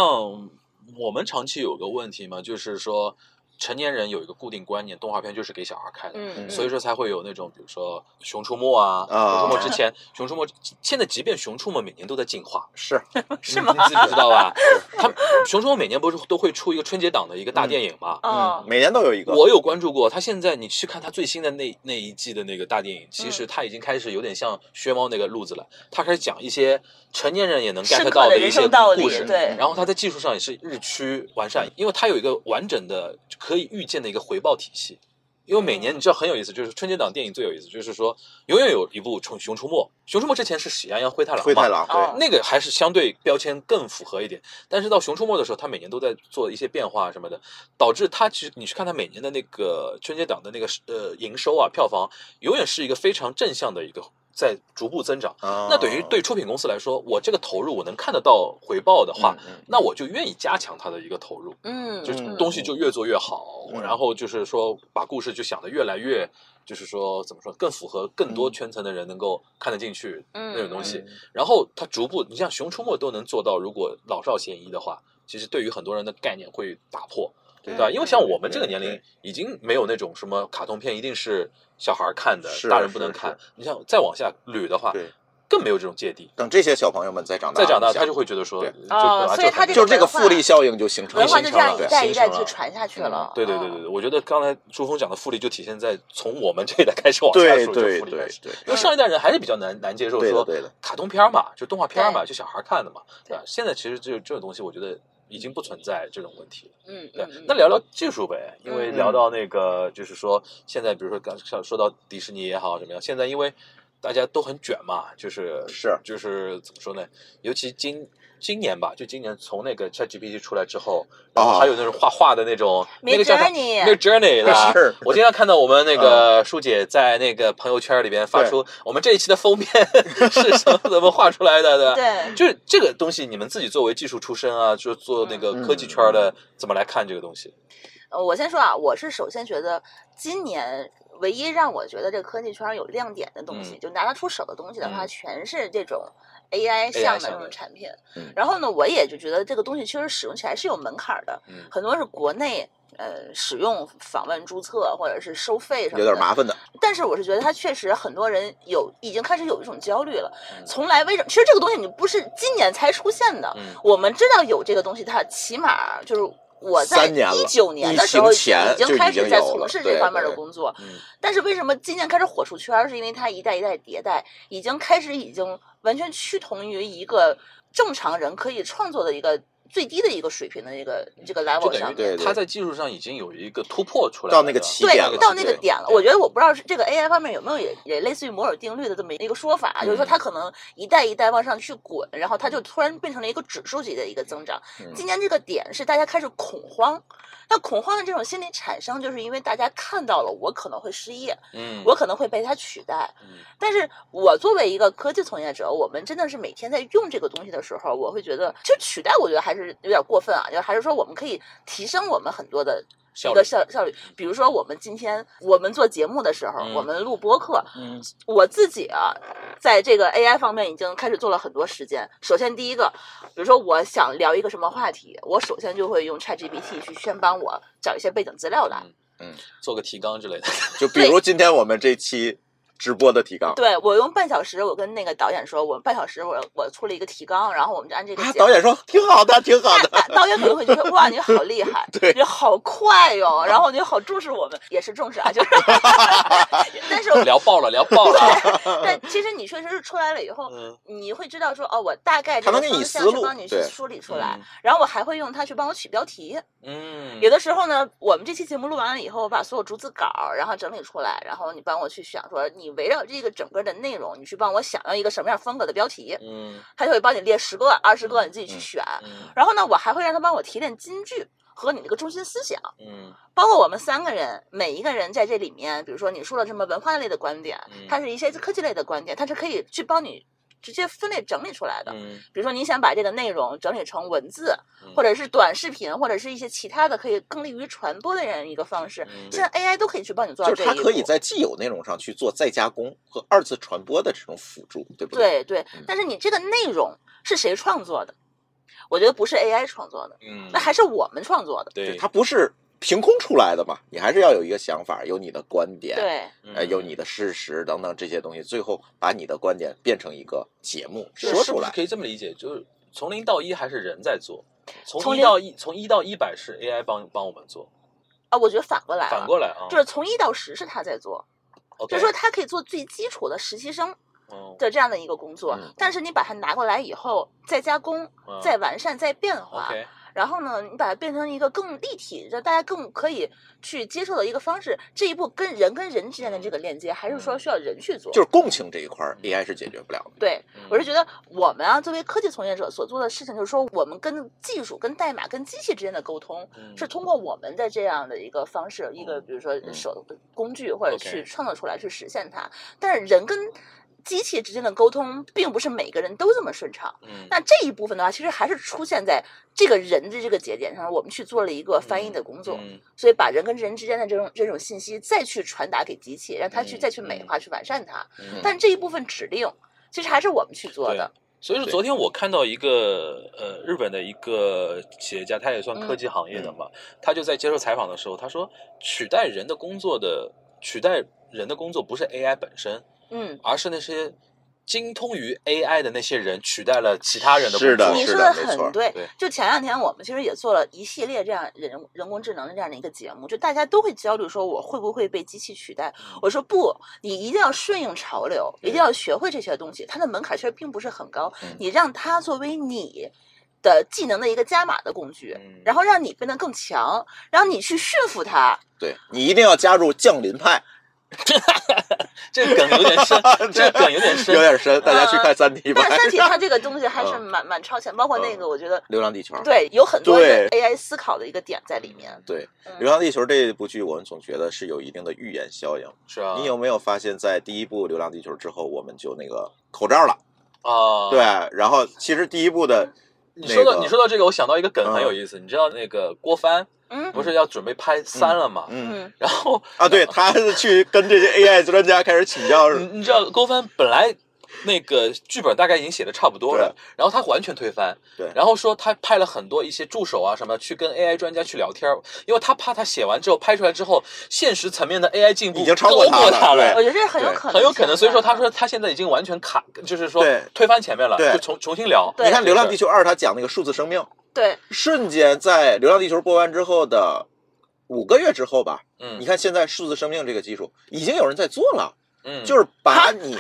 Speaker 4: 我们长期有个问题嘛，就是说成年人有一个固定观念，动画片就是给小孩看的。
Speaker 2: 嗯，
Speaker 4: 所以说才会有那种，比如说《熊出没》啊，
Speaker 3: 啊
Speaker 4: 熊出没》之前，《熊出没》现在即便《熊出没》每年都在进化，
Speaker 3: 是
Speaker 4: 是吗？你自己知道吧？他《熊出没》每年不是都会出一个春节档的一个大电影嘛？
Speaker 2: 哦，
Speaker 3: 嗯每年都有一个。
Speaker 4: 我有关注过，他现在你去看他最新的那那一季的那个大电影，其
Speaker 2: 嗯
Speaker 4: 实他已经开始有点像薛猫那个路子了，他开始讲一些成年人也能
Speaker 2: 深
Speaker 4: get
Speaker 2: 刻
Speaker 4: 到
Speaker 2: 的
Speaker 4: 一
Speaker 2: 人
Speaker 4: 些
Speaker 2: 生道理
Speaker 4: 故事，，
Speaker 2: 对，
Speaker 4: 然后它在技术上也是日趋完善，因为它有一个完整的可以预见的一个回报体系。因为每年你知道很有意思，就是春节档电影最有意思，就是说永远有一部《熊熊出没》，《熊出没》之前是《喜羊羊灰太狼》嘛，
Speaker 3: 灰太狼
Speaker 2: 哦
Speaker 3: 对，
Speaker 4: 那个还是相对标签更符合一点，但是到《熊出没》的时候，它每年都在做一些变化什么的，导致它其实你去看它每年的那个春节档的那个呃营收啊、票房，永远是一个非常正向的一个在逐步增长。
Speaker 3: 啊
Speaker 4: 那对于对出品公司来说，我这个投入我能看得到回报的话，
Speaker 3: 嗯嗯
Speaker 4: 那我就愿意加强它的一个投入，
Speaker 2: 嗯，
Speaker 4: 就是
Speaker 2: 嗯
Speaker 4: 东西就越做越好，
Speaker 3: 嗯
Speaker 4: 然后就是说把故事就想的越来越，就是说怎么说更符合更多圈层的人能够看得进去
Speaker 2: 嗯
Speaker 4: 那种东西
Speaker 3: 嗯。
Speaker 4: 然后它逐步，你像《熊出没》都能做到，如果老少咸宜的话，其实对于很多人的概念会打破，
Speaker 3: 对
Speaker 4: 对吧？因为像我们
Speaker 3: 对
Speaker 4: 这个年龄
Speaker 3: 对，
Speaker 4: 已经没有那种什么卡通片一定是小孩儿看的
Speaker 3: 是，
Speaker 4: 大人不能
Speaker 3: 是
Speaker 4: 看。你像再往下捋的话，
Speaker 3: 对，
Speaker 4: 更没有这种芥蒂。
Speaker 3: 等这些小朋友们再长大，
Speaker 4: 再长大，
Speaker 3: 想
Speaker 4: 他就会觉得说，
Speaker 3: 对
Speaker 4: 就
Speaker 2: 哦
Speaker 4: 本来
Speaker 2: 所以
Speaker 4: 就
Speaker 2: 他
Speaker 4: 很
Speaker 2: 这
Speaker 3: 就
Speaker 2: 种
Speaker 3: 是这个
Speaker 2: 文化
Speaker 3: 复利效应就形成
Speaker 2: 文化就这样
Speaker 3: 对
Speaker 2: 一代一代
Speaker 4: 形
Speaker 2: 去
Speaker 4: 成了
Speaker 2: 传下去了。
Speaker 4: 对对对
Speaker 2: 嗯
Speaker 4: 对对，我觉得刚才朱峰讲的复利，就体现在从我们这一代开始往下
Speaker 3: 对
Speaker 4: 数，就
Speaker 3: 对
Speaker 4: 复利
Speaker 3: 对
Speaker 4: 开始。 [laughs]
Speaker 3: 对，
Speaker 4: 因为上一代人还是比较难难接受
Speaker 3: 对的
Speaker 4: 说
Speaker 3: 对的
Speaker 4: 卡通片儿嘛，就动画片儿嘛，就小孩儿看的嘛，
Speaker 2: 对
Speaker 4: 对吧？现在其实这这种东西，我觉得已经不存在这种问题了。
Speaker 2: 嗯，
Speaker 4: 对
Speaker 2: 嗯，嗯
Speaker 4: 那聊聊技术呗，因为
Speaker 2: 嗯
Speaker 4: 聊到那个就是说，现在比如说刚像说到迪士尼也好怎么样，现在因为大家都很卷嘛，就是
Speaker 3: 是
Speaker 4: 就是怎么说呢？尤其今今年吧，就今年从那个 ChatGPT 出来之后，
Speaker 3: 哦
Speaker 4: 然后还有那种画画的那种，那个叫啥
Speaker 2: Midjourney
Speaker 4: 那个 Journey 啦
Speaker 3: 是
Speaker 4: 我经常看到我们那
Speaker 3: 嗯
Speaker 4: 个舒姐在那个朋友圈里边发出我们这一期的封面 [laughs] 是什么怎么画出来的，对吧？
Speaker 2: 对，
Speaker 4: 就是这个东西，你们自己作为技术出身啊，就做那
Speaker 3: 嗯
Speaker 4: 个科技圈儿的，怎么来看这个东西？
Speaker 2: 呃我先说啊，我是首先觉得今年唯一让我觉得这个科技圈有亮点的东西，
Speaker 4: 嗯
Speaker 2: 就拿得出手的东西的话，
Speaker 4: 嗯
Speaker 2: 全是这种 AI 项的
Speaker 4: 项
Speaker 2: 这种
Speaker 4: 的
Speaker 2: 产品。
Speaker 3: 嗯
Speaker 2: 然后呢，我也就觉得这个东西确实使用起来是有门槛儿的，
Speaker 4: 嗯
Speaker 2: 很多是国内。呃，使用访问注册或者是收费什么
Speaker 3: 有
Speaker 2: 的，
Speaker 3: 点麻烦的，
Speaker 2: 但是我是觉得它确实很多人有已经开始有一种焦虑了。
Speaker 4: 嗯
Speaker 2: 从来为什么？其实这个东西你不是今年才出现的，
Speaker 4: 嗯
Speaker 2: 我们知道有这个东西，它起码就是我在
Speaker 3: 三年了
Speaker 2: 一九年的时候
Speaker 3: 疫情前就已经有了
Speaker 2: 经开始在从事这方面的工作。
Speaker 4: 嗯
Speaker 2: 但是为什么今年开始火出圈？是因为它一代一代迭代，已经开始已经完全趋同于一个正常人可以创作的一个最低的一个水平的一个这个
Speaker 4: 就
Speaker 2: level 上
Speaker 4: 等
Speaker 2: 面。
Speaker 3: 对
Speaker 4: 于
Speaker 3: 对
Speaker 4: 他在技术上已经有一个突破出来
Speaker 3: 到
Speaker 4: 了，
Speaker 3: 那个
Speaker 4: 对吧
Speaker 3: 起
Speaker 2: 对
Speaker 3: 点了，
Speaker 2: 到那个
Speaker 3: 对
Speaker 2: 点了。我觉得我不知道是这个 AI 方面有没有也也类似于摩尔定律的这么一个说法，啊
Speaker 3: 嗯
Speaker 2: 就是说它可能一代一代往上去滚，然后它就突然变成了一个指数级的一个增长。
Speaker 3: 嗯
Speaker 2: 今年这个点是大家开始恐慌，那恐慌的这种心理产生，就是因为大家看到了我可能会失业，
Speaker 4: 嗯，
Speaker 2: 我可能会被它取代。
Speaker 4: 嗯
Speaker 2: 但是我作为一个科技从业者，我们真的是每天在用这个东西的时候，我会觉得，其实取代我觉得还是有点过分啊，就还是说我们可以提升我们很多的
Speaker 4: 效
Speaker 2: 一
Speaker 4: 率
Speaker 2: 个效效率。
Speaker 3: 嗯
Speaker 2: 比如说我们今天我们做节目的时候，
Speaker 4: 嗯
Speaker 2: 我们录播客，
Speaker 3: 嗯
Speaker 2: 我自己啊，在这个 AI 方面已经开始做了很多实践。首先第一个，比如说我想聊一个什么话题，我首先就会用 ChatGPT 去先帮我找一些背景资
Speaker 3: 嗯
Speaker 2: 料来。
Speaker 4: 做个提纲之类的，
Speaker 3: 就比如今天我们这期直播的提纲，
Speaker 2: 对我用半小时，我跟那个导演说，我半小时我我出了一个提纲，然后我们就按这个
Speaker 3: 啊，
Speaker 2: 节目
Speaker 3: 导演说挺好的，挺好的，
Speaker 2: 大大导演可能会觉得哇，你好厉害，
Speaker 3: [laughs] 对
Speaker 2: 你好快哟，然后你好重视我们，也是重视
Speaker 3: [laughs]
Speaker 2: 啊，就是，但是我
Speaker 4: 聊爆了，聊啊爆
Speaker 2: [laughs]
Speaker 4: 了，
Speaker 3: [laughs]
Speaker 2: 但其实你确实是出来了以后，
Speaker 4: 嗯
Speaker 2: 你会知道说哦，我大概这
Speaker 3: 它
Speaker 2: 个
Speaker 3: 能给你
Speaker 2: 方向
Speaker 3: 思
Speaker 2: 是
Speaker 3: 路
Speaker 2: 帮你去
Speaker 3: 对嗯
Speaker 2: 梳理出来，然后我还会用它去帮我取标题。
Speaker 4: 嗯，
Speaker 2: 有的时候呢，我们这期节目录完了以后，我把所有逐字稿儿然后整理出来，然后你帮我去想说，你围绕这个整个的内容，你去帮我想要一个什么样风格的标题，
Speaker 4: 嗯
Speaker 2: 它就会帮你列十个、二十个，你自己去
Speaker 3: 嗯
Speaker 2: 选。
Speaker 4: 嗯
Speaker 2: 然后呢，我还会让他帮我提炼金句和你这个中心思想，
Speaker 4: 嗯
Speaker 2: 包括我们三个人，每一个人在这里面，比如说你说了什么文化类的观点
Speaker 4: 嗯，
Speaker 2: 它是一些科技类的观点，它是可以去帮你直接分类整理出来的。
Speaker 4: 嗯
Speaker 2: 比如说你想把这个内容整理成文字
Speaker 4: 嗯，
Speaker 2: 或者是短视频，或者是一些其他的可以更利于传播的人一个方 [laughs] 式。
Speaker 4: 嗯，
Speaker 2: 现在 AI 都可以去帮你 [laughs] 做到
Speaker 3: 就
Speaker 2: 这
Speaker 3: 是
Speaker 2: 一
Speaker 3: 它
Speaker 2: 步。
Speaker 3: 可以在既有内容上去做再加工和二次传播的这种辅助，对不？
Speaker 2: 对对
Speaker 3: 嗯，
Speaker 2: 但是你这个内容是谁创作的？我觉得不是 AI 创作的，
Speaker 4: 嗯
Speaker 2: 那，还是我们创作的。
Speaker 4: 对，
Speaker 3: 它不是凭空出来的嘛，你还是要有一个想法，有你的观点，，
Speaker 2: 对。
Speaker 3: 呃，
Speaker 4: 嗯
Speaker 3: 有你的事实等等这些东西，最后把你的观点变成一个节目
Speaker 4: 就是
Speaker 3: 说
Speaker 4: 是不
Speaker 3: 出
Speaker 4: 是
Speaker 3: 来。
Speaker 4: 可以这么理解，就是从零到一还是人在做，
Speaker 2: 从
Speaker 4: 从一
Speaker 2: 零
Speaker 4: 到一，从一到一百是 AI 帮帮我们做，
Speaker 2: 啊，我觉得反过来了，
Speaker 4: 反过来啊，
Speaker 2: 就是从一到十是他在做，
Speaker 4: OK，
Speaker 2: 就是说他可以做最基础的实习生
Speaker 4: 嗯
Speaker 2: 的这样的一个工作，
Speaker 3: 嗯
Speaker 2: 但是你把它拿过来以后，再加工、
Speaker 4: 嗯
Speaker 2: 再完善、再变化
Speaker 4: OK，
Speaker 2: 然后呢，你把它变成一个更立体，让大家更可以去接受的一个方式。这一步跟人跟人之间的这个链接，还是说需要人去做。
Speaker 3: 嗯就是嗯共情这一块儿，AI
Speaker 4: 嗯
Speaker 3: 是解决不了的。
Speaker 2: 对，我是觉得我们啊，作为科技从业者所做的事情，就是说我们跟技术、跟代码、跟机器之间的沟通，
Speaker 4: 嗯
Speaker 2: 是通过我们的这样的一个方式，一个比如说手工具或者
Speaker 4: OK
Speaker 2: 去创造出来去实现它。但是人跟机器之间的沟通，并不是每个人都这么顺畅。
Speaker 4: 嗯
Speaker 2: 那这一部分的话，其实还是出现在这个人的这个节点上，我们去做了一个翻译的工作，
Speaker 4: 嗯
Speaker 2: 所以把人跟人之间的这种这种信息再去传达给机器，让它去
Speaker 4: 嗯
Speaker 2: 再去美化、去完善它。
Speaker 4: 嗯
Speaker 2: 但这一部分指令其实还是我们去做的。
Speaker 4: 所以说，
Speaker 3: 对
Speaker 4: 昨天我看到一个呃日本的一个企业家，他也算科技行业的嘛，他就在接受采访的时候，他说，取代人的工作的取代人的工作不是 AI 本身，
Speaker 2: 嗯，
Speaker 4: 而是那些精通于 AI 的那些人取代了其他人的工作。
Speaker 3: 是的
Speaker 2: 你
Speaker 3: 是
Speaker 2: 说的
Speaker 3: 没错
Speaker 2: 很对
Speaker 4: 对。
Speaker 2: 就前两天我们其实也做了一系列这样人人工智能的这样的一个节目，就大家都会焦虑说我会不会被机器取代？
Speaker 3: 嗯
Speaker 2: 我说不，你一定要顺应潮流，一定要学会这些东西。它的门槛其实并不是很高
Speaker 3: 嗯，
Speaker 2: 你让它作为你的技能的一个加码的工具，
Speaker 4: 嗯
Speaker 2: 然后让你变得更强，然后你去驯服
Speaker 3: [laughs]
Speaker 2: 它。
Speaker 3: 对你一定要加入降临派，
Speaker 4: 这个梗有点
Speaker 3: [laughs]
Speaker 4: 深，这个梗有点深
Speaker 3: 有。点深，大家去看《三体》吧
Speaker 2: 但。是呃三体它这个东西还是
Speaker 3: 嗯
Speaker 2: 蛮蛮超前，包括那个我觉得
Speaker 3: [laughs] 流浪地球》
Speaker 2: 对有很多是
Speaker 3: 对
Speaker 2: AI 思考的一个点在里面。
Speaker 3: 对，
Speaker 2: 嗯
Speaker 3: 《流浪地球》这部剧，我们总觉得是有一定的预言效应。
Speaker 4: 是
Speaker 2: 嗯
Speaker 4: 啊，
Speaker 3: 你有没有发现，在第一部《流浪地球》之后，我们就那个口罩了？
Speaker 2: 哦
Speaker 4: 啊？
Speaker 3: 对，，然后其实第一部的
Speaker 4: 你说
Speaker 3: 那
Speaker 4: 到
Speaker 3: 个
Speaker 4: 你说到这个，我想到一个梗
Speaker 3: 嗯
Speaker 4: 很有意思，你知道那个郭帆
Speaker 2: 嗯
Speaker 4: 不是要准备拍三了吗？
Speaker 3: 嗯
Speaker 2: 嗯
Speaker 4: 然后
Speaker 3: 啊，对，他是去跟这些 AI 专家开始请教，
Speaker 2: 嗯
Speaker 4: 你你知道郭帆本来那个剧本大概已经写的差不多了，然后他完全推翻，
Speaker 3: 对
Speaker 4: 然后说他派了很多一些助手啊什么去跟 AI 专家去聊天儿，因为他怕他写完之后拍出来之后，现实层面的 AI 进步
Speaker 3: 已经超
Speaker 4: 高
Speaker 3: 过
Speaker 4: 过
Speaker 3: 他了对
Speaker 2: [laughs] 我觉得这很有
Speaker 3: 对
Speaker 2: 可能，
Speaker 4: 很有可能，所以说他说他现在已经完全卡，就是说
Speaker 3: 对
Speaker 4: 推翻前面了，
Speaker 3: 对
Speaker 4: 就重重新聊。
Speaker 2: 对
Speaker 3: 你看《流浪地球二》，他讲那个数字生命，
Speaker 2: 对，
Speaker 3: 瞬间在《流浪地球》播完之后的五个月之后吧，
Speaker 4: 嗯
Speaker 3: 你看现在数字生命这个技术已经有人在做了，
Speaker 4: 嗯，
Speaker 3: 就是把你，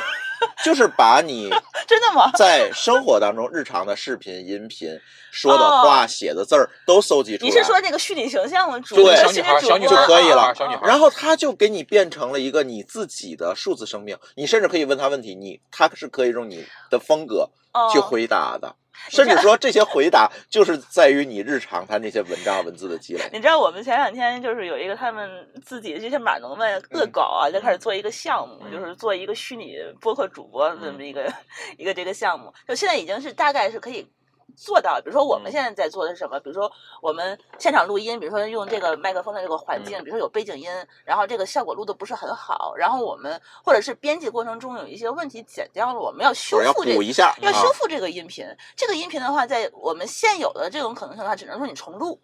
Speaker 3: 就是把你
Speaker 2: 真的吗？
Speaker 3: 在生活当中日常的视频、音频、说的话、写的字儿都搜集出
Speaker 2: 哦你是说
Speaker 3: 来，
Speaker 2: 那个虚拟形象吗？主
Speaker 3: 对
Speaker 4: 小女孩儿
Speaker 2: 虚拟主播啊
Speaker 4: 小女孩儿
Speaker 3: 就可以了
Speaker 4: 小女孩儿
Speaker 3: 然后他就给你变成了一个你自己的数字生命，你甚至可以问他问题，你他是可以用你的风格去。
Speaker 2: 哦
Speaker 3: 回答的，
Speaker 2: 这
Speaker 3: 甚至说这些回答就是在于你日常他那些文章文字的积累。
Speaker 2: [laughs] 你知道我们前两天就是有一个他们自己的这些码农们恶搞啊，就开始做一个项目，
Speaker 4: 嗯
Speaker 2: 就是做一个虚拟播客主播这么一个、 [laughs] 一个这个项目，就现在已经是大概是可以。做到，比如说我们
Speaker 4: 嗯
Speaker 2: 现在在做的是什么？比如说我们现场录音，比如说用这个麦克风的这个环境，
Speaker 4: 嗯
Speaker 2: 比如说有背景音，然后这个效果录的不是很好，然后我们或者是编辑过程中有一些问题剪掉了，我们要修
Speaker 3: 我要
Speaker 2: 复这
Speaker 3: 补一下，
Speaker 2: 要
Speaker 3: 啊
Speaker 2: 修复这个音频。这个音频的话，在我们现有的这种可能性的话，只能说你重录，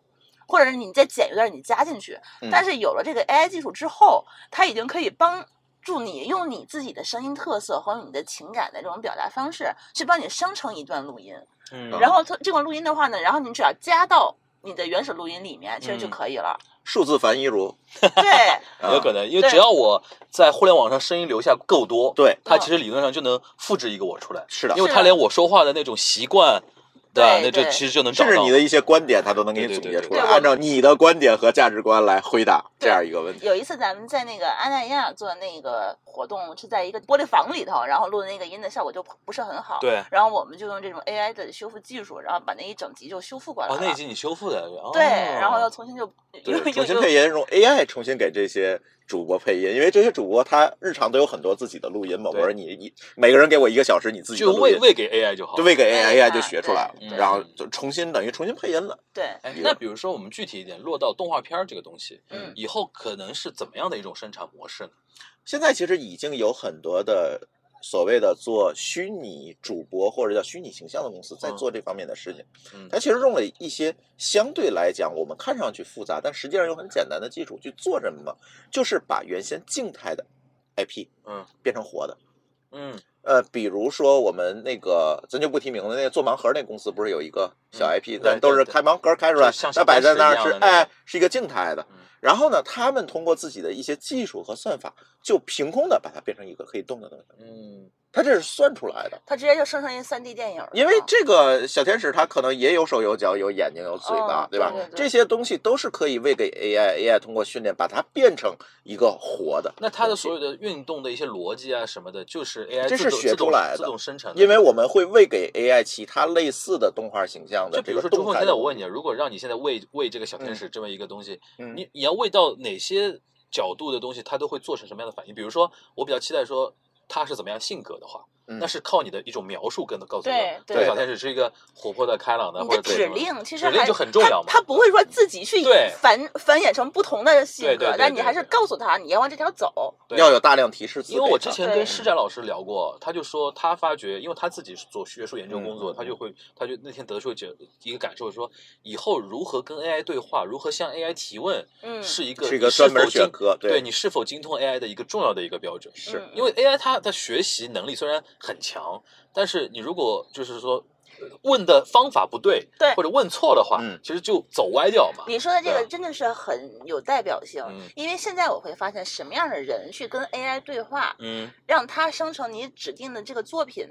Speaker 2: 或者是你再剪一段你加进去
Speaker 3: 嗯。
Speaker 2: 但是有了这个 AI 技术之后，它已经可以帮。助你用你自己的声音特色和你的情感的这种表达方式，去帮你生成一段录音。
Speaker 4: 嗯
Speaker 2: 然后它这款录音的话呢，然后你只要加到你的原始录音里面，其实就
Speaker 4: 嗯
Speaker 2: 可以了。
Speaker 3: 数字樊一茹，
Speaker 2: 对，
Speaker 3: 啊
Speaker 4: 有可能，因为
Speaker 2: 对
Speaker 4: 只要我在互联网上声音留下够多，
Speaker 3: 对，
Speaker 4: 它其实理论上就能复制一个我出来，
Speaker 3: 是的
Speaker 4: 因，为
Speaker 2: 是
Speaker 4: 它
Speaker 2: 的
Speaker 4: 连我说话的那种习惯，吧？
Speaker 2: 对
Speaker 4: 那就
Speaker 2: 对
Speaker 4: 其实就能找
Speaker 3: 甚
Speaker 4: 到。
Speaker 3: 至你的一些观点，他都能给你
Speaker 4: 对
Speaker 3: 总
Speaker 4: 对
Speaker 3: 结
Speaker 4: 对
Speaker 3: 出来，
Speaker 2: 对我
Speaker 3: 按照你的观点和价值观来回答这
Speaker 2: 对
Speaker 3: 样一个问题。
Speaker 2: 有一次咱们在那个阿那亚做那个活动，是在一个玻璃房里头，然后录的那个音的效果就不是很好。
Speaker 4: 对
Speaker 2: 然后我们就用这种 AI 的修复技术，然后把那一整集就修复过来了。
Speaker 4: 哦，那已经你修复的，哦
Speaker 2: 对，然后又重新就又
Speaker 3: 对，
Speaker 2: 又
Speaker 3: 重新
Speaker 2: 又
Speaker 3: 配音，用 AI 重新给这些主播配音，因为这些主播他日常都有很多自己的录音嘛。我
Speaker 4: 对
Speaker 3: 说你你每个人给我一个小时，你自己的
Speaker 4: 就
Speaker 3: 录音
Speaker 4: 喂喂给 AI 就好
Speaker 3: 就。喂给 AI，AI 就
Speaker 2: 对
Speaker 3: 学出来了
Speaker 4: 对，对
Speaker 3: 然后就重新等于重新配音了。
Speaker 2: 对，
Speaker 4: 哎，那比如说我们具体一点，落到动画片儿这个东西，
Speaker 2: 嗯
Speaker 4: 以后可能是怎么样的一种生产模式呢？
Speaker 3: 现在其实已经有很多的所谓的做虚拟主播或者叫虚拟形象的公司在
Speaker 4: 嗯
Speaker 3: 做这方面的事情。
Speaker 4: 嗯
Speaker 3: 它其实用了一些相对来讲我们看上去复杂，但实际上又很简单的技术去做什么，就是把原先静态的 IP
Speaker 4: 嗯
Speaker 3: 变成活的。
Speaker 4: 嗯
Speaker 3: 呃，比如说我们那个咱就不提名了，那个做盲盒那公司不是有一个小
Speaker 4: 嗯
Speaker 3: IP，、
Speaker 4: 对
Speaker 3: 咱都是
Speaker 4: 对对
Speaker 3: 开盲盒开出来
Speaker 4: 就像，
Speaker 3: 那摆在那
Speaker 4: 小
Speaker 3: 儿是
Speaker 4: 天使一样的那
Speaker 3: 哎
Speaker 4: 种
Speaker 3: 是一个静态的
Speaker 4: 嗯。
Speaker 3: 然后呢，他们通过自己的一些技术和算法，就凭空的把它变成一个可以动的东西。
Speaker 4: 嗯，
Speaker 3: 他这是算出来的。
Speaker 2: 它直接就生成一三 D 电影了。
Speaker 3: 因为
Speaker 4: 啊
Speaker 3: 这个小天使，它可能也有手有脚、有眼睛、有嘴巴，
Speaker 2: 哦
Speaker 3: 吧
Speaker 2: 对对对
Speaker 3: 这些东西都是可以喂给 AI，AI 通过训练把它变成一个活的。
Speaker 4: 那它的所有的运动的一些逻辑啊什么的，就是 AI
Speaker 3: 这
Speaker 4: 自
Speaker 3: 是
Speaker 4: 动
Speaker 3: 学出来的
Speaker 4: 自动自动生成 [laughs] 的。
Speaker 3: 因为我们会喂给 AI 其他类似的动画形象的
Speaker 4: 就比
Speaker 3: 这个
Speaker 4: 如说，
Speaker 3: 动
Speaker 4: 朱峰，
Speaker 3: 态
Speaker 4: 现
Speaker 3: 的
Speaker 4: 在我问你，如果让你现在喂喂这个小天使这么一个东西，
Speaker 3: 嗯
Speaker 4: 你你要喂到哪些角度的东西，它都会做成什么样的反应？比如说，我比较期待说他是怎么样性格的话，
Speaker 3: 嗯
Speaker 4: 那是靠你的一种描述跟他告诉我
Speaker 2: 对，
Speaker 4: 这
Speaker 2: 对
Speaker 4: 个小天使是一个活泼的、开朗的，
Speaker 2: 你
Speaker 4: 或
Speaker 2: 的
Speaker 4: 者
Speaker 2: 指
Speaker 4: 怎么样
Speaker 2: 令其实
Speaker 4: 指令
Speaker 2: 还
Speaker 4: 就很重要嘛。
Speaker 2: 他不会说自己去
Speaker 4: 对
Speaker 2: 繁繁衍成不同的性
Speaker 4: 对对
Speaker 2: 格
Speaker 4: 对，
Speaker 2: 但你
Speaker 4: 对
Speaker 2: 还是
Speaker 4: 对
Speaker 2: 告诉他你要往这条走。
Speaker 4: 对
Speaker 3: 要有大量提示词给
Speaker 4: 因
Speaker 3: 它。
Speaker 4: 为我之前
Speaker 2: 对
Speaker 4: 跟施展老师聊过，他就说他发觉，因为他自己是做学术研究工作，
Speaker 3: 嗯
Speaker 4: 他就会，他就那天得出一个一个感受说，以后如何跟 AI 对话，如何向 AI 提问，
Speaker 2: 嗯
Speaker 4: 是一个
Speaker 3: 是一个
Speaker 4: 你是
Speaker 3: 专门
Speaker 4: 否精
Speaker 3: 选科对
Speaker 4: 对你是否精通 AI 的一个重要的一个标准。
Speaker 3: 是
Speaker 2: 嗯
Speaker 4: 因为 AI 它的学习能力虽然很强，但是你如果就是说呃问的方法不对，
Speaker 2: 对
Speaker 4: 或者问错的话，
Speaker 3: 嗯
Speaker 4: 其实就走歪掉嘛。
Speaker 2: 你说的这
Speaker 4: 对
Speaker 2: 个
Speaker 4: 啊
Speaker 2: 真的是很有代表性
Speaker 4: 嗯，
Speaker 2: 因为现在我会发现什么样的人去跟 AI 对话，
Speaker 4: 嗯，
Speaker 2: 让它生成你指定的这个作品，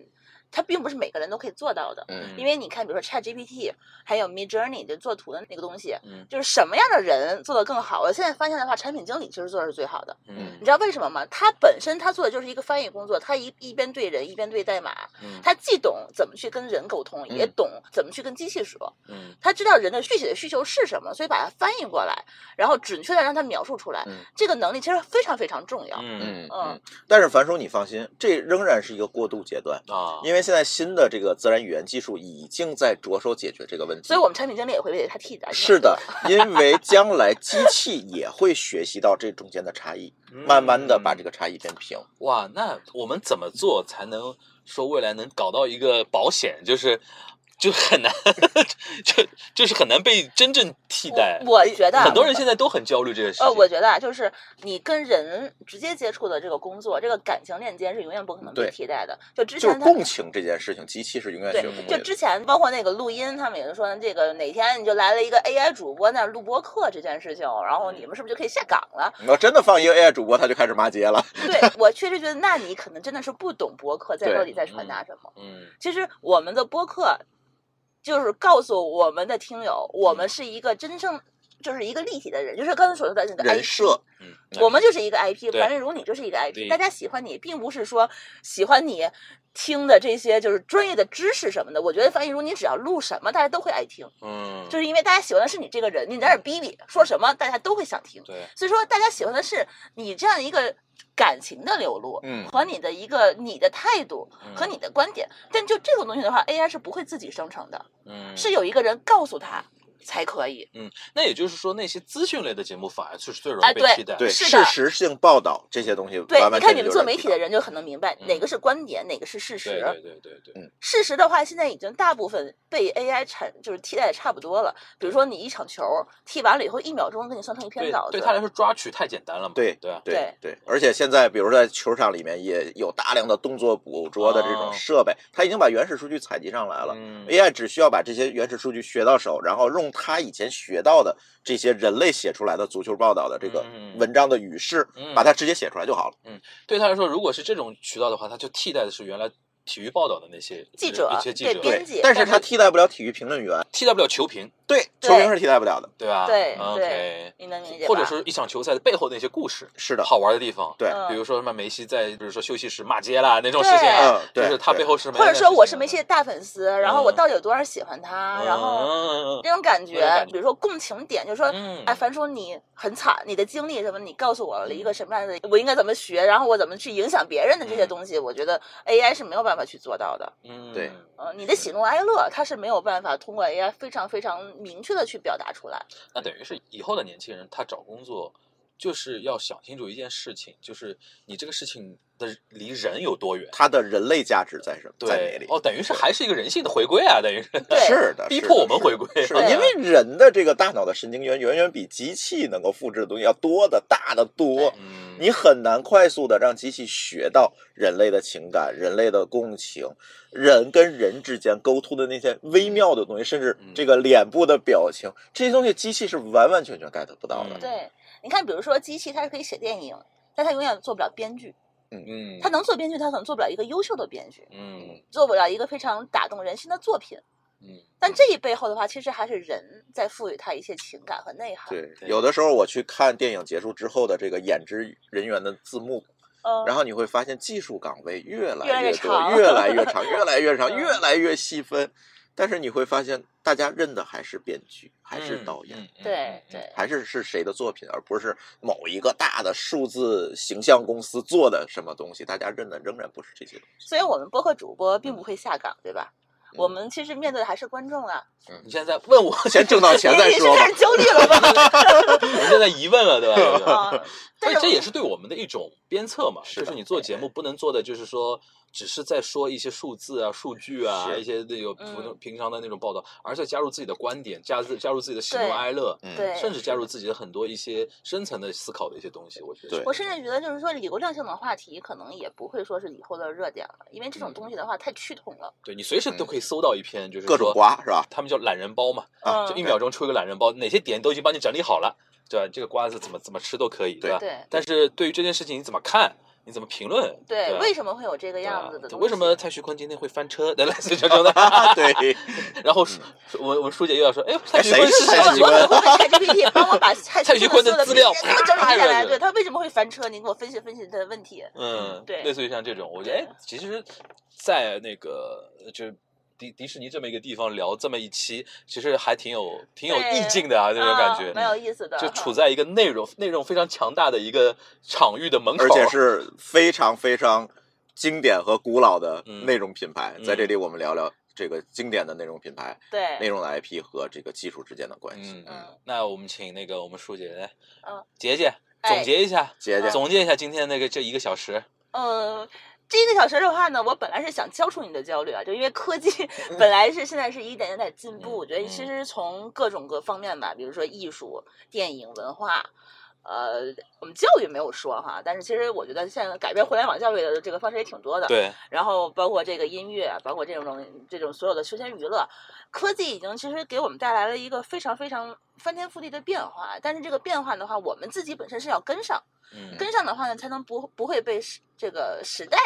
Speaker 2: 它并不是每个人都可以做到的。
Speaker 3: 嗯
Speaker 2: 因为你看，比如说 ChatGPT，还有 Midjourney 就做图的那个东西，
Speaker 4: 嗯
Speaker 2: 就是什么样的人做的更好？我现在发现的话，产品经理其实做的是最好的。
Speaker 4: 嗯
Speaker 2: 你知道为什么吗？他本身他做的就是一个翻译工作，他一一边对人，一边对代码，
Speaker 4: 嗯
Speaker 2: 他既懂怎么去跟人沟通，也懂怎么去跟机器说，
Speaker 4: 嗯
Speaker 2: 他知道人的具体的需求是什么，所以把它翻译过来，然后准确的让他描述出来。
Speaker 3: 嗯
Speaker 2: 这个能力其实非常非常重要。
Speaker 3: 嗯
Speaker 4: 嗯
Speaker 2: 嗯
Speaker 3: 嗯。但是樊叔，你放心，这仍然是一个过渡阶段。嗯
Speaker 4: 啊，
Speaker 3: 因为现在新的这个自然语言技术已经在着手解决这个问题，
Speaker 2: 所以我们产品经理也会为他替代。
Speaker 3: 是的，因为将来机器也会学习到这中间的差
Speaker 4: [laughs]
Speaker 3: 异，慢慢的把这个
Speaker 4: 个
Speaker 3: 差异变平。
Speaker 4: 嗯哇，那我们怎么做才能说未来能搞到一个保险，就是就很难，就就是很难被真正替代哎
Speaker 2: 我。我觉得
Speaker 4: 很多人现在都很焦虑这个事情。
Speaker 2: 呃，我觉得啊，就是你跟人直接接触的这个工作，这个感情链接是永远不可能被
Speaker 3: 对
Speaker 2: 替代的。就之
Speaker 3: 就
Speaker 2: 前
Speaker 3: 是
Speaker 2: 他
Speaker 3: 共情这件事情，机器是永远
Speaker 2: 对
Speaker 3: 学不会
Speaker 2: 就
Speaker 3: 的。
Speaker 2: 之前包括那个录音，他们也是说这个哪天你就来了一个 AI 主播那儿录播课这件事情，然后
Speaker 3: 嗯
Speaker 2: 你们是不是就可以下岗
Speaker 3: [laughs]
Speaker 2: 了？
Speaker 3: 你要真的放一个 AI 主播，他就开始骂街了。
Speaker 2: 对我确实觉得，那你可能真的是不懂播客在
Speaker 3: 对
Speaker 2: 到底在传达什么。
Speaker 4: 嗯，
Speaker 2: 其实我们的播客就是告诉我们的听友，
Speaker 3: 嗯
Speaker 2: 我们是一个真正就是一个立体的人，就是刚才所说的那个 IP
Speaker 3: 人设，
Speaker 4: [laughs] 嗯，
Speaker 2: 我们就是一个 IP，
Speaker 4: 对
Speaker 2: 樊振如你就是一个
Speaker 4: 对
Speaker 2: IP，大家喜欢你，并不是说喜欢你听的这些就是专业的知识什么的。我觉得樊振如你只要录什么，大家都会爱听，
Speaker 4: 嗯，
Speaker 2: 就是因为大家喜欢的是你这个人，你在这儿逼逼说什么，大家都会想听。
Speaker 4: 对，
Speaker 2: 所以说，大家喜欢的是你这样一个感情的流露。
Speaker 3: 嗯，
Speaker 2: 和你的一个你的态度
Speaker 4: 嗯
Speaker 2: 和你的观点，但就这种东西的话，AI 是不会自己生成的，
Speaker 4: 嗯
Speaker 2: 是有一个人告诉他才可以。
Speaker 4: 那也就是说，那些资讯类的节目反而就是最容
Speaker 2: 哎
Speaker 4: 易被
Speaker 2: 对
Speaker 4: 替代。
Speaker 3: 对，
Speaker 2: 是
Speaker 3: 事
Speaker 2: 的
Speaker 3: 实性报道这些东西，
Speaker 2: 对
Speaker 3: 完，
Speaker 2: 你
Speaker 3: 完全
Speaker 2: 看
Speaker 3: 全
Speaker 2: 你们
Speaker 3: 就
Speaker 2: 做
Speaker 3: 是
Speaker 2: 媒体的人就很能明白
Speaker 4: 嗯
Speaker 2: 哪个是观点，哪个是事实。
Speaker 4: 对对对对对，
Speaker 2: 事实的话，现在已经大部分被 AI 产就是替代的差不多了。比如说你一场球踢完了以后，一秒钟给你算成一篇
Speaker 4: 对
Speaker 2: 稿子，
Speaker 4: 对他来说抓取太简单了嘛。
Speaker 3: 对
Speaker 4: 对啊
Speaker 3: 对
Speaker 2: 对
Speaker 3: 对，而且现在比如说在球场里面也有大量的动作捕捉的这
Speaker 4: 哦
Speaker 3: 种设备，它已经把原始数据采集上来了。
Speaker 4: 嗯
Speaker 3: AI 只需要把这些原始数据学到手，然后用它以前学到的这些人类写出来的足球报道的这个
Speaker 4: 嗯
Speaker 3: 文章的语势，
Speaker 4: 嗯
Speaker 3: 把它直接写出来就好了。
Speaker 4: 对他来说，如果是这种渠道的话，他就替代的是原来体育报道的那些
Speaker 2: 记者
Speaker 4: 一些记者，
Speaker 2: 对
Speaker 3: 对
Speaker 2: 编辑，
Speaker 3: 但是它替代不了体育评论员，
Speaker 4: 替代不了球评，
Speaker 3: 对，
Speaker 2: 对
Speaker 3: 球评是替代不了的。
Speaker 4: 对吧？
Speaker 2: 对对
Speaker 4: OK，
Speaker 2: 你能理解吧？
Speaker 4: 或者说一场球赛的背后那些故事，
Speaker 3: 是的，
Speaker 4: 好玩的地方，
Speaker 3: 对，
Speaker 2: 嗯
Speaker 4: 比如说什么梅西在，比如说休息室骂街啦那种事情啊，
Speaker 3: 嗯，
Speaker 4: 就
Speaker 3: 对，
Speaker 4: 是他
Speaker 3: 对
Speaker 4: 背后是什么
Speaker 2: 或
Speaker 4: 样
Speaker 2: 者
Speaker 4: 的事情啊
Speaker 2: 说我是梅西，的大粉丝，然后我
Speaker 4: 嗯
Speaker 2: 到底有多少人喜欢他，然后
Speaker 4: 嗯
Speaker 2: 这种感
Speaker 4: 我有
Speaker 2: 觉
Speaker 4: 感觉，
Speaker 2: 比如说共情点，就是说
Speaker 4: 嗯，
Speaker 2: 哎，樊叔你很惨，你的经历什么，你告诉我了一个什么样的，我应该怎么学，然后我怎么去影响别人的这些
Speaker 4: 嗯
Speaker 2: 东西，我觉得 AI 是没有办法去做到的。
Speaker 4: 嗯
Speaker 3: 对
Speaker 2: 呃，你的喜怒哀乐，它是没有办法通过 AI 非常非常明确的去表达出来。
Speaker 4: 那等于是以后的年轻人，他找工作就是要想清楚一件事情，就是你这个事情的离人有多远。
Speaker 3: 它的人类价值在什么，在哪
Speaker 4: 对
Speaker 3: 里，？
Speaker 4: 哦，等于是还是一个人性的回归啊，等于是
Speaker 2: 对
Speaker 3: 是的，
Speaker 4: [laughs] 逼
Speaker 3: 是
Speaker 4: 迫
Speaker 3: 的
Speaker 4: 我们
Speaker 3: 是
Speaker 4: 回
Speaker 3: 的
Speaker 4: 归。
Speaker 3: 是
Speaker 2: 对
Speaker 3: 啊因为人的这个大脑的神经元远远比机器能够复制的东西要多的大的多，
Speaker 4: 嗯，
Speaker 3: 你很难快速的让机器学到人类的情感、人类的共情、人跟人之间沟通的那些微妙的东西，甚至
Speaker 4: 嗯
Speaker 3: 这个脸部的表情，这些东西机器是完完全全 get 不到的
Speaker 4: 嗯。
Speaker 2: 对，你看，比如说机器它是可以写电影，但它永远做不了编剧。
Speaker 4: 嗯，
Speaker 2: 他能做编剧，他可能做不了一个优秀的编剧，
Speaker 4: 嗯
Speaker 2: 做不了一个非常打动人心的作品。
Speaker 4: 嗯，
Speaker 2: 但这一背后的话，其实还是人在赋予它一些情感和内涵。，
Speaker 3: 对，
Speaker 4: 对
Speaker 3: 有的时候我去看电影结束之后的这个演职人员的字幕，
Speaker 2: 嗯，
Speaker 3: 然后你会发现技术岗位越来
Speaker 2: 越来越
Speaker 3: 多，
Speaker 2: 长
Speaker 3: 越来越长，越来
Speaker 2: [laughs]
Speaker 3: 越长，
Speaker 2: 嗯
Speaker 3: 越来越细分。但是你会发现，大家认的还是编剧，还
Speaker 2: 嗯
Speaker 4: 嗯
Speaker 3: 是导演，，
Speaker 2: 对对，
Speaker 3: 还是是谁的作品，而不是某一个大的数字形象公司做的什么东西。大家认的仍然不是这些东西。
Speaker 2: 所以我们播客主播并不会下岗，对吧？
Speaker 3: 嗯
Speaker 2: 我们其实面对的还是观众
Speaker 4: [laughs]
Speaker 2: 啊，
Speaker 4: 你现在问我， [laughs]
Speaker 3: 先挣到
Speaker 2: 因
Speaker 3: 钱
Speaker 2: 为
Speaker 3: 再
Speaker 2: [laughs] 你是
Speaker 3: 说吧
Speaker 2: 开。始焦虑了吧？
Speaker 4: 你现在疑问了，对吧对
Speaker 3: [laughs]
Speaker 4: 吧？
Speaker 2: 啊，但
Speaker 4: 但
Speaker 2: 是
Speaker 4: 这也是对我们的一种鞭策嘛，
Speaker 3: 是
Speaker 4: 就
Speaker 3: 的哎
Speaker 4: 是你做节目不能做的就是说，只是在说一些数字啊、数据啊，
Speaker 3: 是
Speaker 4: 一些那个
Speaker 2: 嗯
Speaker 4: 普通平常的那种报道，而是要加入自己的观点，加入加入自己的喜
Speaker 2: 对
Speaker 4: 怒哀乐，
Speaker 3: 嗯
Speaker 2: 对
Speaker 4: 甚至加入自己的很多一些深层的思考的一些东西，我觉得
Speaker 3: 对
Speaker 2: 我甚至觉得，就是说流量性的话题，可能也不会说是以后的热点了，因为这
Speaker 4: 嗯
Speaker 2: 种东西的话太趋同了。
Speaker 4: 对你随时都可以搜到一篇，就是
Speaker 3: 嗯各种
Speaker 4: 说
Speaker 3: 瓜是吧？
Speaker 4: 他们叫懒人包嘛，
Speaker 3: 啊
Speaker 4: 就一
Speaker 2: 嗯，
Speaker 4: 秒钟出一个懒人包，哪些点都已经帮你整理好了，对吧？这个瓜子怎么怎么吃都可以，
Speaker 3: 对
Speaker 4: 吧？
Speaker 2: 对
Speaker 4: 但是对于这件事情，你怎么看？你怎么评论？对
Speaker 2: 对，
Speaker 4: 吧，
Speaker 2: 为什么会有这个
Speaker 4: 对
Speaker 2: 样
Speaker 4: 吧
Speaker 2: 子的东
Speaker 4: 对
Speaker 2: 西？啊
Speaker 4: 为什么蔡徐坤今天会翻车？对，类似于
Speaker 3: [laughs]
Speaker 4: 这种的。
Speaker 3: [laughs] 啊对，
Speaker 4: [laughs]
Speaker 3: 嗯
Speaker 4: 然后我我书姐又要说，哎，蔡
Speaker 3: 哎
Speaker 4: 徐
Speaker 3: 谁
Speaker 4: 坤
Speaker 3: 是
Speaker 4: 是
Speaker 3: 蔡
Speaker 4: 蔡
Speaker 3: 徐
Speaker 4: 徐
Speaker 2: 我
Speaker 4: 坤
Speaker 3: 坤？ [laughs]
Speaker 2: 我会 ChatGPT 帮我把蔡
Speaker 4: 蔡徐坤
Speaker 2: 的
Speaker 4: 的
Speaker 2: 所有
Speaker 4: 资料
Speaker 2: 给它整理下
Speaker 4: 啪
Speaker 2: 来，
Speaker 4: 就
Speaker 2: 对他为什么会翻车？你给我分析分析他的问题。
Speaker 4: 嗯，
Speaker 2: 对
Speaker 4: 类似于像这种，我觉得哎，其实，在那个就是迪迪士尼这么一个地方聊这么一期，其实还挺有挺有
Speaker 2: 对
Speaker 4: 意境的啊，那种感
Speaker 2: 啊蛮
Speaker 4: 觉。
Speaker 2: 有意思的。
Speaker 4: 就
Speaker 2: 哈
Speaker 4: 处在一个内容内容非常强大的一个场域的门口，
Speaker 3: 而且是非常非常经典和古老的
Speaker 4: 嗯
Speaker 3: 内容品牌。
Speaker 4: 嗯
Speaker 3: 在这里，我们聊聊这个经典的内容品牌、
Speaker 2: 对
Speaker 3: 内容的 IP 和这个技术之间的关系
Speaker 4: 嗯。
Speaker 3: 嗯，
Speaker 2: 嗯
Speaker 4: 那我们请那个我们舒姐来，
Speaker 2: 嗯，
Speaker 4: 姐姐
Speaker 2: 哎
Speaker 4: 总结一下，
Speaker 3: 姐姐，
Speaker 4: 总结一下今天那个这一个小时，
Speaker 2: 呃，这一个小时的话呢，我本来是想消除你的焦虑啊，就因为科技本来是现在是一点点在进步，
Speaker 4: 嗯
Speaker 2: 我觉得其实从各种各方面吧，比如说艺术、电影、文化。呃，我们教育没有说哈，但是其实我觉得现在改变互联网教育的这个方式也挺多的。
Speaker 4: 对，
Speaker 2: 然后包括这个音乐，包括这种这种所有的休闲娱乐，科技已经其实给我们带来了一个非常非常翻天覆地的变化。但是这个变化的话，我们自己本身是要跟上，
Speaker 4: 嗯
Speaker 2: 跟上的话呢，才能不不会被时这个时代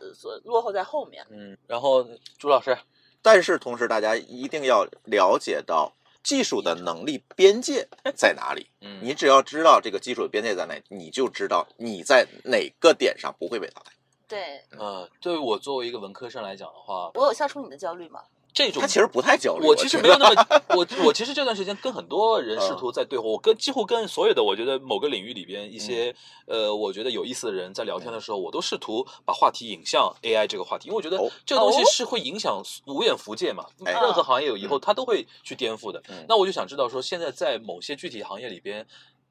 Speaker 2: 呃所落后在后面。
Speaker 4: 嗯，然后朱老师，
Speaker 3: 但是同时，大家一定要了解到技术的能力边界在哪里。
Speaker 4: 嗯，
Speaker 3: 你只要知道这个技术的边界在哪，你就知道你在哪个点上不会被淘汰。
Speaker 2: 对
Speaker 3: 嗯
Speaker 4: 呃，对于我作为一个文科生来讲的话，
Speaker 2: 我有消除你的焦虑吗？
Speaker 4: 这种
Speaker 3: 他其实不太焦虑，
Speaker 4: 我其实
Speaker 3: 觉
Speaker 4: 没
Speaker 3: 得嗯
Speaker 4: 有那么，我我其实这段时间跟很多人试图在对话，我跟几乎跟所有的我觉得某个领域里
Speaker 3: 嗯
Speaker 4: 边一些、呃，我觉得有意思的人在聊天的时候，我都试图把话题引向 AI 这个话题，因为我觉得
Speaker 3: 哦
Speaker 4: 这个东西是会影响无远弗届嘛，
Speaker 3: 哎
Speaker 4: 任何行业有以后它都会去颠覆的。
Speaker 3: 嗯
Speaker 4: 那我就想知道说，现在在某些具体行业里边。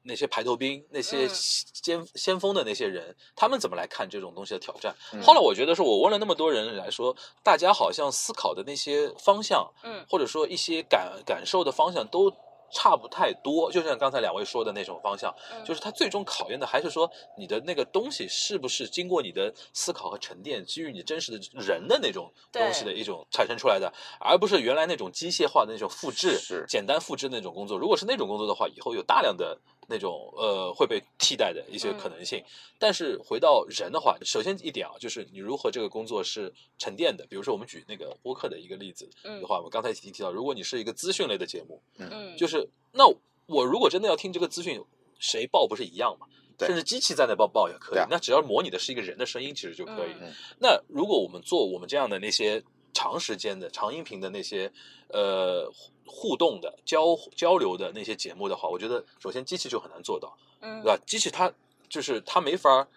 Speaker 4: 那些排头兵、那些
Speaker 2: 嗯
Speaker 4: 先先锋的那些人，他们怎么来看这种东西的挑战？
Speaker 3: 嗯
Speaker 4: 后来我觉得，说我问了那么多人来说，大家好像思考的那些方向，
Speaker 2: 嗯
Speaker 4: 或者说一些感感受的方向都差不太多，就像刚才两位说的那种方向，
Speaker 2: 嗯
Speaker 4: 就是它最终考验的还是说你的那个东西是不是经过你的思考和沉淀，基于你真实的人的那种东西的一种产生出来的，而不是原来那种机械化的那种复制
Speaker 3: 是、
Speaker 4: 简单复制的那种工作。如果是那种工作的话，以后有大量的那种呃会被替代的一些
Speaker 2: 嗯
Speaker 4: 可能性。但是回到人的话，首先一点啊，就是你如何这个工作是沉淀的。比如说我们举那个播客的一个例子，
Speaker 2: 嗯
Speaker 4: 的话，我刚才提提到，如果你是一个资讯类的节目，
Speaker 2: 嗯，
Speaker 4: 就是那我如果真的要听这个资讯，谁报不是一样嘛？
Speaker 3: 对
Speaker 4: 甚至机器在那报报也可以
Speaker 3: 对啊，
Speaker 4: 那只要模拟的是一个人的声音，其实就可以。
Speaker 2: 嗯
Speaker 3: 嗯
Speaker 4: 那如果我们做我们这样的那些长时间的长音频的那些呃互互动的交交流的那些节目的话，我觉得首先机器就很难做到。
Speaker 2: 嗯
Speaker 4: 对吧？机器它就是它没法儿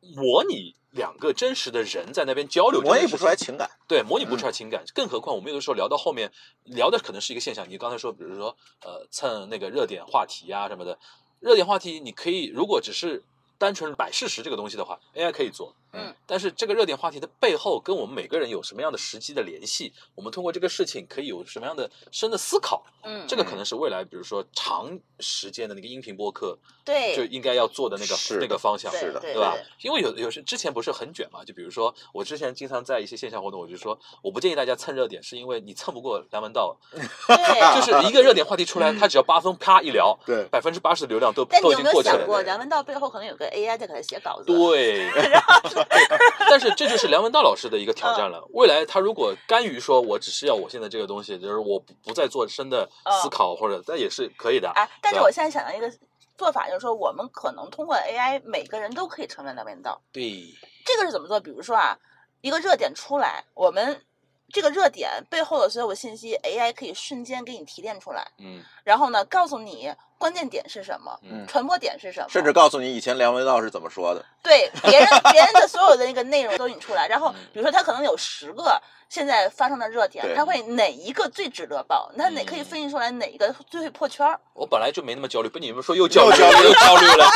Speaker 4: 模拟两个真实的人在那边交
Speaker 3: [laughs]
Speaker 4: 流，
Speaker 3: 模拟不出来，情感。
Speaker 4: 对，模拟不
Speaker 2: 嗯
Speaker 4: 出来情感。更何况我们有的时候聊到后面聊的可能是一个现象，你刚才说，比如说呃蹭那个热点话题啊什么的，热点话题你可以如果只是单纯摆事实这个东西的话，AI 可以做，
Speaker 2: 嗯，
Speaker 4: 但是这个热点话题的背后跟我们每个人有什么样的实际的联系，我们通过这个事情可以有什么样的深的思考，
Speaker 2: 嗯，
Speaker 4: 这个可能是未来比如说长时间的那个音频播客就
Speaker 2: 对，
Speaker 4: 应该要做的那个
Speaker 3: 是的
Speaker 4: 那个方向，
Speaker 3: 是的
Speaker 2: 对
Speaker 4: 对吧？因为有有时之前不是很卷嘛，就比如说我之前经常在一些线下活动，我就说我不建议大家蹭热点，是因为你蹭不过梁
Speaker 2: [laughs]
Speaker 4: 文道，就 [laughs]
Speaker 2: 对。
Speaker 4: 是一个热点话题出来，他只要八分啪一聊，
Speaker 3: 对，
Speaker 4: 百分之八十的流量都
Speaker 2: 嗯但你
Speaker 4: 都已
Speaker 2: 有
Speaker 4: 经
Speaker 2: 没有
Speaker 4: 过去
Speaker 2: 想
Speaker 4: 了。
Speaker 2: 过，梁文道背后可能有个 AI 在给他写稿子？， [laughs]
Speaker 4: [laughs] 对，但是这就是梁文道老师的一个挑战了。
Speaker 2: 嗯
Speaker 4: 未来他如果甘于说，我只是要我现在这个东西，就是我不不再做深的
Speaker 2: 嗯
Speaker 4: 思考，或者那也是可以的。
Speaker 2: 哎，但是
Speaker 4: 对
Speaker 2: 我现在想到一个做法，就是说我们可能通过 AI，每个人都可以成为梁文道。
Speaker 4: 对，
Speaker 2: 这个是怎么做？比如说啊，一个热点出来，我们这个热点背后的所有信息，AI 可以瞬间给你提炼出来，
Speaker 4: 嗯，
Speaker 2: 然后呢，告诉你关键点是什么，
Speaker 4: 嗯
Speaker 2: 传播点是什么，
Speaker 3: 甚至告诉你以前梁文道是怎么说的。
Speaker 2: 对别人别人的所有的那个内容都给你出来。然后比如说他可能有十个现在发生的热点
Speaker 3: 嗯对，
Speaker 2: 他会哪一个最值得报？他哪
Speaker 4: 嗯
Speaker 2: 可以分析出来哪一个最会破圈儿？
Speaker 4: 我本来就没那么焦虑，被你们说又焦
Speaker 3: 又
Speaker 4: 虑
Speaker 3: 焦虑
Speaker 4: 了，又焦虑了。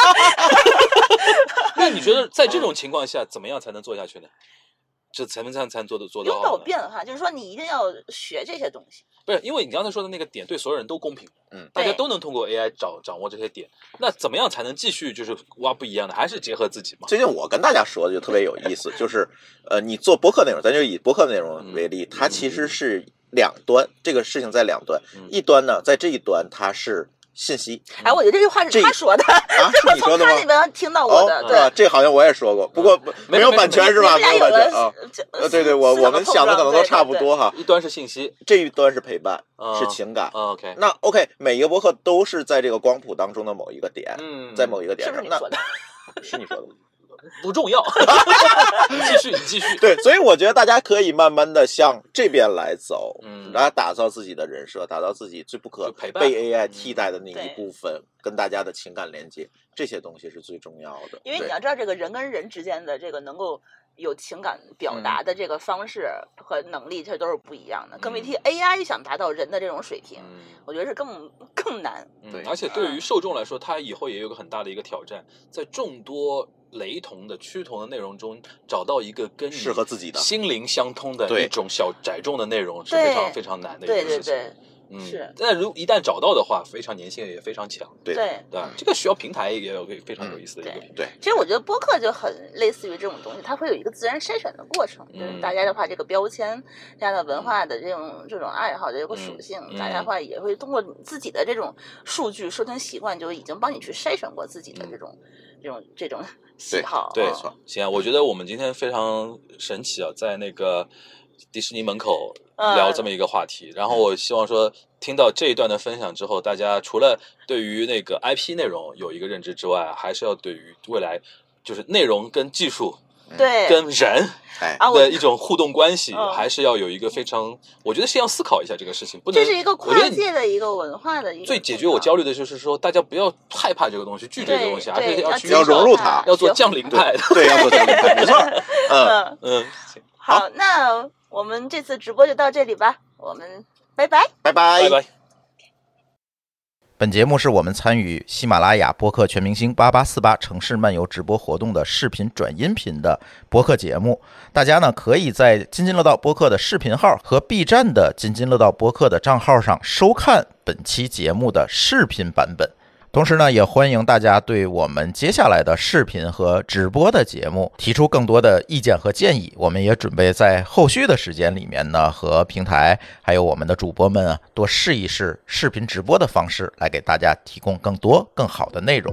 Speaker 4: [laughs] 那你觉得在这种情况下，怎么样才能做下去呢？这才能才才能做的做得
Speaker 2: 拥
Speaker 4: 好
Speaker 2: 有
Speaker 4: 呢？
Speaker 2: 变化，就是说你一定要学这些东西。
Speaker 4: 不是，因为你刚才说的那个点对所有人都公平，
Speaker 3: 嗯
Speaker 4: 大家
Speaker 2: 对
Speaker 4: 都能通过 AI 掌掌握这些点。那怎么样才能继续就是挖不一样的？还是结合自己嘛？
Speaker 3: 最近我跟大家说的就特别有意思，就是呃，你做博客内容，咱就以博客内
Speaker 4: 嗯
Speaker 3: 容为例，它其实是两端，这个事情在两端
Speaker 4: 嗯，
Speaker 3: 一端呢，在这一端它是信
Speaker 2: [laughs]
Speaker 3: 息
Speaker 2: 哎，我觉得这句话
Speaker 3: 嗯这
Speaker 2: 是他说的，
Speaker 3: 啊，是你
Speaker 2: 我
Speaker 3: 说
Speaker 2: 从
Speaker 3: 的
Speaker 2: 他
Speaker 3: 吗
Speaker 2: 那？边听到我
Speaker 3: 哦
Speaker 2: 的，，对。
Speaker 3: 啊这好像我也说过，不过不
Speaker 4: 嗯没
Speaker 3: 没有
Speaker 4: 没
Speaker 3: 版权
Speaker 4: 没
Speaker 3: 是吧？
Speaker 2: 你们
Speaker 3: 没版
Speaker 2: 俩有
Speaker 3: 权啊
Speaker 2: 了。这，
Speaker 3: 呃，对
Speaker 2: [laughs]
Speaker 3: 对，我
Speaker 2: 思想
Speaker 3: 我们
Speaker 2: 碰
Speaker 3: 想的
Speaker 2: 撞
Speaker 3: 可能都
Speaker 2: 对
Speaker 3: 差不多哈。
Speaker 4: 一端是信息，
Speaker 3: 这一端是陪伴，
Speaker 4: 嗯
Speaker 3: 是情感。
Speaker 4: 嗯 OK，
Speaker 3: 那 OK，每一个博客都是在这个光谱当中的某一个点，
Speaker 4: 嗯，
Speaker 3: 在某一个
Speaker 2: 对对
Speaker 3: 点
Speaker 2: 是不
Speaker 3: 上。
Speaker 2: 是你
Speaker 3: 那
Speaker 2: 说的？
Speaker 3: 是你说的吗？
Speaker 4: 不重要， [laughs] 你继续，你继续，
Speaker 3: [laughs] 对，所以我觉得大家可以慢慢的向这边来走，
Speaker 4: 嗯
Speaker 3: 然后打造自己的人设，打造自己最不可
Speaker 4: 就陪伴
Speaker 3: 被 AI
Speaker 4: 嗯
Speaker 3: 替代的那一
Speaker 2: 对
Speaker 3: 部分，跟大家的情感连接，这些东西是最重要的。
Speaker 2: 因为你
Speaker 3: 对
Speaker 2: 要知道，这个人跟人之间的这个能够有情感表
Speaker 3: 嗯
Speaker 2: 达的这个方式和能力，这都是不一样的。更别
Speaker 3: 嗯
Speaker 2: 提 AI 想达到人的这种水平，
Speaker 4: 嗯，
Speaker 2: 我觉得是更更难。
Speaker 3: 对
Speaker 4: 而且对于受众来说，他以后也有个很大的一个挑战，在众多雷同的、趋同的内容中，找到一个跟你
Speaker 3: 适合自己的
Speaker 4: 心灵相通的
Speaker 3: 对
Speaker 4: 一种小窄众的内容，是
Speaker 2: 对
Speaker 4: 非常非常难的一
Speaker 2: 对
Speaker 4: 个
Speaker 2: 对
Speaker 4: 事情。
Speaker 2: 对
Speaker 4: 嗯，
Speaker 2: 是
Speaker 4: 但如一旦找到的话，非常粘性也非常强，
Speaker 3: 对
Speaker 2: 对。
Speaker 4: 对
Speaker 3: 嗯
Speaker 4: 吧？这个需要平台也有个非常有意思的一个
Speaker 2: 嗯
Speaker 4: 平台。
Speaker 3: 对，
Speaker 2: 其实我觉得播客就很类似于这种东西，它会有一个自然筛选的过程，就是
Speaker 4: 嗯
Speaker 2: 大家的话，这个标签、大家的文化的这种这种爱好的这个属性，
Speaker 4: 嗯嗯
Speaker 2: 大家的话也会通过你自己的这种数据、收听习惯，就已经帮你去筛选过自己的这种、这种这种喜好。
Speaker 4: 嗯对
Speaker 2: 嗯，
Speaker 4: 行啊，我觉得我们今天非常神奇啊，在那个迪士尼门口
Speaker 2: 嗯
Speaker 4: 聊这么一个话题。然后我希望说，听到这一段的分享之后，大家除了对于那个 IP 内容有一个认知之外，啊还是要对于未来就是内容跟技术
Speaker 2: 对
Speaker 4: 跟人
Speaker 3: 哎，
Speaker 2: 啊，我
Speaker 4: 的一种互动关系，
Speaker 2: 嗯
Speaker 4: 还是要有一个非常，我觉得先要思考一下这个事情，不能
Speaker 2: 这是一个
Speaker 4: 我觉
Speaker 2: 跨
Speaker 4: 得你
Speaker 2: 界的一个文化的一个
Speaker 4: 最解决我焦虑的就是说，大家不要害怕这个东西，拒绝这个东西，
Speaker 2: 对
Speaker 4: 而是
Speaker 2: 对
Speaker 4: 要
Speaker 2: 要
Speaker 4: 去
Speaker 2: 接受
Speaker 3: 要融入它
Speaker 4: 要做降临派的。
Speaker 3: 对，要做这个，没错
Speaker 4: [laughs]
Speaker 3: 儿，嗯，
Speaker 2: 嗯，
Speaker 4: 嗯，
Speaker 2: 好，那我们这次直播就到这里吧，我们拜拜。
Speaker 3: 拜拜
Speaker 4: 拜拜。
Speaker 1: 本节目是我们参与喜马拉雅播客全明星八八四八城市漫游直播活动的视频转音频的播客节目。大家呢可以在津津乐道播客的视频号和 B 站的津津乐道播客的账号上收看本期节目的视频版本。同时呢，也欢迎大家对我们接下来的视频和直播的节目提出更多的意见和建议。我们也准备在后续的时间里面呢，和平台还有我们的主播们啊，多试一试视频直播的方式，来给大家提供更多更好的内容。